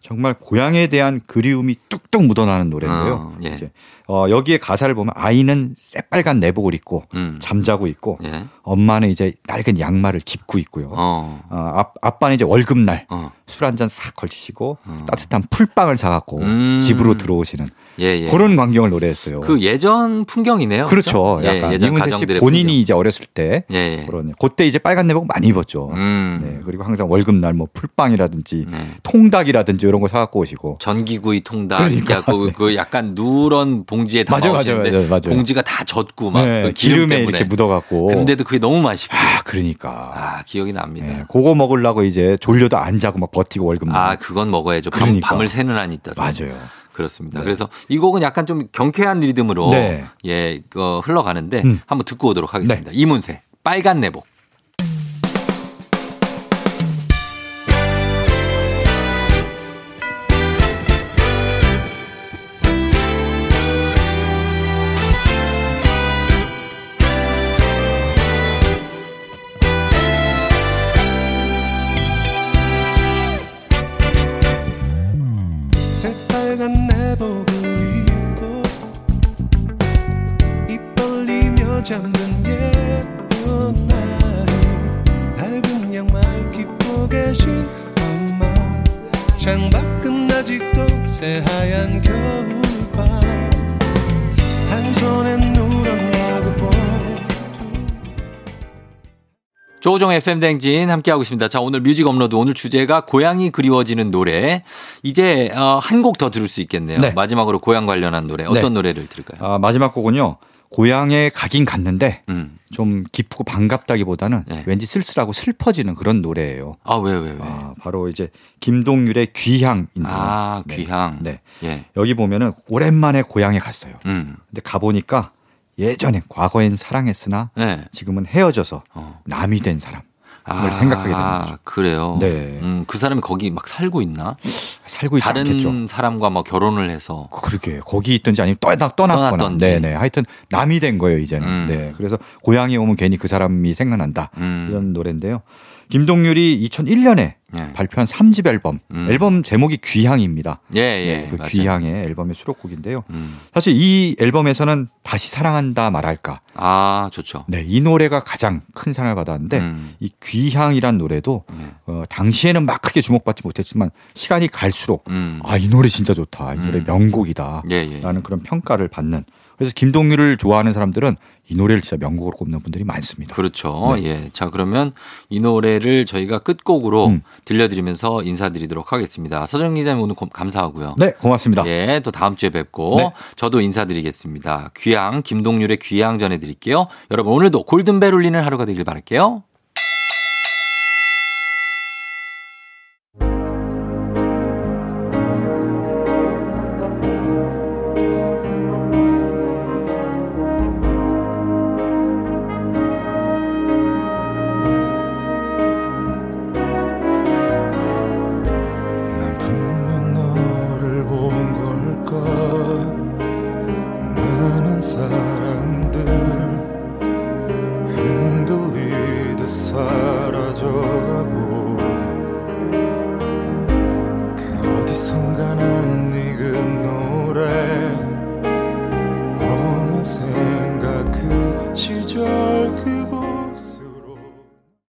Speaker 9: 정말 고향에 대한 그리움이 뚝뚝 묻어나는 노래인데요.
Speaker 1: 어, 예.
Speaker 9: 이제, 어, 여기에 가사를 보면 아이는 새빨간 내복을 입고
Speaker 1: 음.
Speaker 9: 잠자고 있고
Speaker 1: 예.
Speaker 9: 엄마는 이제 낡은 양말을 짚고 있고요.
Speaker 1: 어.
Speaker 9: 어, 아, 아빠는 이제 월급날 술 한 잔 싹 걸치시고
Speaker 1: 음.
Speaker 9: 따뜻한 풀빵을 사갖고 집으로 들어오시는
Speaker 1: 예, 음. 예.
Speaker 9: 그런 광경을 노래했어요.
Speaker 1: 그 예전 풍경이네요.
Speaker 9: 그렇죠. 약간
Speaker 1: 예, 전
Speaker 9: 이문세 씨
Speaker 1: 가정들의
Speaker 9: 본인이 이제 어렸을 때
Speaker 1: 풍경. 예, 음. 예.
Speaker 9: 그런 그때 이제 빨간 내복 많이 입었죠. 네, 그리고 항상 월급날 뭐 풀빵이라든지
Speaker 1: 네.
Speaker 9: 통닭이라든지 이런 거 사갖고
Speaker 1: 뭐
Speaker 9: 오시고
Speaker 1: 전기구이 통닭 이렇게
Speaker 9: 그러니까.
Speaker 1: 하고 그 약간 누런 봉지에
Speaker 9: 맞아요,
Speaker 1: 담아오시는데
Speaker 9: 맞아요, 맞아요, 맞아요.
Speaker 1: 봉지가 다 젖고 막
Speaker 9: 네,
Speaker 1: 그 기름
Speaker 9: 기름에
Speaker 1: 때문에.
Speaker 9: 이렇게 묻어갖고.
Speaker 1: 근데도 그게 너무 맛있고.
Speaker 9: 아 그러니까. 네,
Speaker 1: 아 기억이 납니다.
Speaker 9: 그거 먹으려고 이제 졸려도 안 자고 막 버티고 월급날.
Speaker 1: 아 그렇죠. 그건 먹어야죠. 밤-
Speaker 9: 그러니까.
Speaker 1: 밤을 새는 한이 있다.
Speaker 9: 맞아요.
Speaker 1: 그렇습니다. 그래서 이 곡은 약간 좀 경쾌한 리듬으로
Speaker 9: 네.
Speaker 1: 예 어, 흘러가는데
Speaker 9: 음. 네.
Speaker 1: 한번 듣고 오도록 하겠습니다. 이문세 빨간 내복.
Speaker 5: 새빨간 내복을 입고 입 벌리며 잠든 예쁜 아이 낡은 양말 깊고 계신 엄마 창밖은 아직도 새하얀 겨울밤 한 손엔 누런 마그볼
Speaker 1: 조종 FM 댕진 함께하고 있습니다. 자, 오늘 뮤직 업로드 오늘 주제가 고향이 그리워지는 노래. 이제 어, 한 곡 더 들을 수 있겠네요.
Speaker 9: 네.
Speaker 1: 마지막으로 고향 관련한 노래. 어떤
Speaker 9: 네.
Speaker 1: 노래를 들을까요?
Speaker 9: 아, 마지막 곡은요. 고향에 가긴 갔는데 좀 기쁘고 반갑다기보다는
Speaker 1: 네.
Speaker 9: 왠지 쓸쓸하고 슬퍼지는 그런 노래예요.
Speaker 1: 아, 왜, 왜, 왜?
Speaker 9: 아, 바로 이제 김동률의 귀향입니다.
Speaker 1: 아, 귀향.
Speaker 9: 네.
Speaker 1: 예.
Speaker 9: 여기 보면은 오랜만에 고향에 갔어요.
Speaker 1: 음.
Speaker 9: 근데 가보니까 예전에 과거엔 사랑했으나
Speaker 1: 네.
Speaker 9: 지금은 헤어져서 남이 된 사람을
Speaker 1: 아,
Speaker 9: 생각하게 되는 거죠.
Speaker 1: 그래요.
Speaker 9: 네.
Speaker 1: 음, 그 사람이 거기 막 살고 있나?
Speaker 9: 살고 있지
Speaker 1: 다른
Speaker 9: 않겠죠.
Speaker 1: 사람과 막 결혼을 해서
Speaker 9: 그러게 거기 있든지 아니면 떠나 떠났거나
Speaker 1: 떠났던지. 음.
Speaker 9: 네네 하여튼 남이 된 거예요 이제는 네 그래서 고향에 오면 괜히 그 사람이 생각난다 이런 노래인데요 김동률이 2001년에
Speaker 1: 네.
Speaker 9: 발표한 3집 앨범 앨범 제목이 귀향입니다
Speaker 1: 음. 예, 예.
Speaker 9: 그
Speaker 1: 맞아요. 음.
Speaker 9: 귀향의 앨범의 수록곡인데요 사실 이 앨범에서는 다시 사랑한다 말할까
Speaker 1: 아, 좋죠.
Speaker 9: 네, 이 노래가 가장 큰 사랑을 받았는데
Speaker 1: 음.
Speaker 9: 이 귀향이란 노래도
Speaker 1: 네.
Speaker 9: 어, 당시에는 막 크게 주목받지 못했지만 시간이 갈수록 아 이 노래 진짜 좋다 이 노래 명곡이다라는
Speaker 1: 음. 예, 예.
Speaker 9: 그런 평가를 받는 그래서 김동률을 좋아하는 사람들은 이 노래를 진짜 명곡으로 꼽는 분들이 많습니다.
Speaker 1: 그렇죠.
Speaker 9: 네.
Speaker 1: 예. 자, 그러면 이 노래를 저희가 끝곡으로
Speaker 9: 음.
Speaker 1: 들려드리면서 인사드리도록 하겠습니다. 서정 기자님 오늘 고- 감사하고요.
Speaker 9: 네, 고맙습니다.
Speaker 1: 예, 또 다음 주에 뵙고
Speaker 9: 네.
Speaker 1: 저도 인사드리겠습니다. 귀향 김동률의 귀향 전해드릴게요. 여러분 오늘도 골든벨 울리는 하루가 되길 바랄게요.
Speaker 5: 난 분명 너를 본 걸까
Speaker 6: 시절 그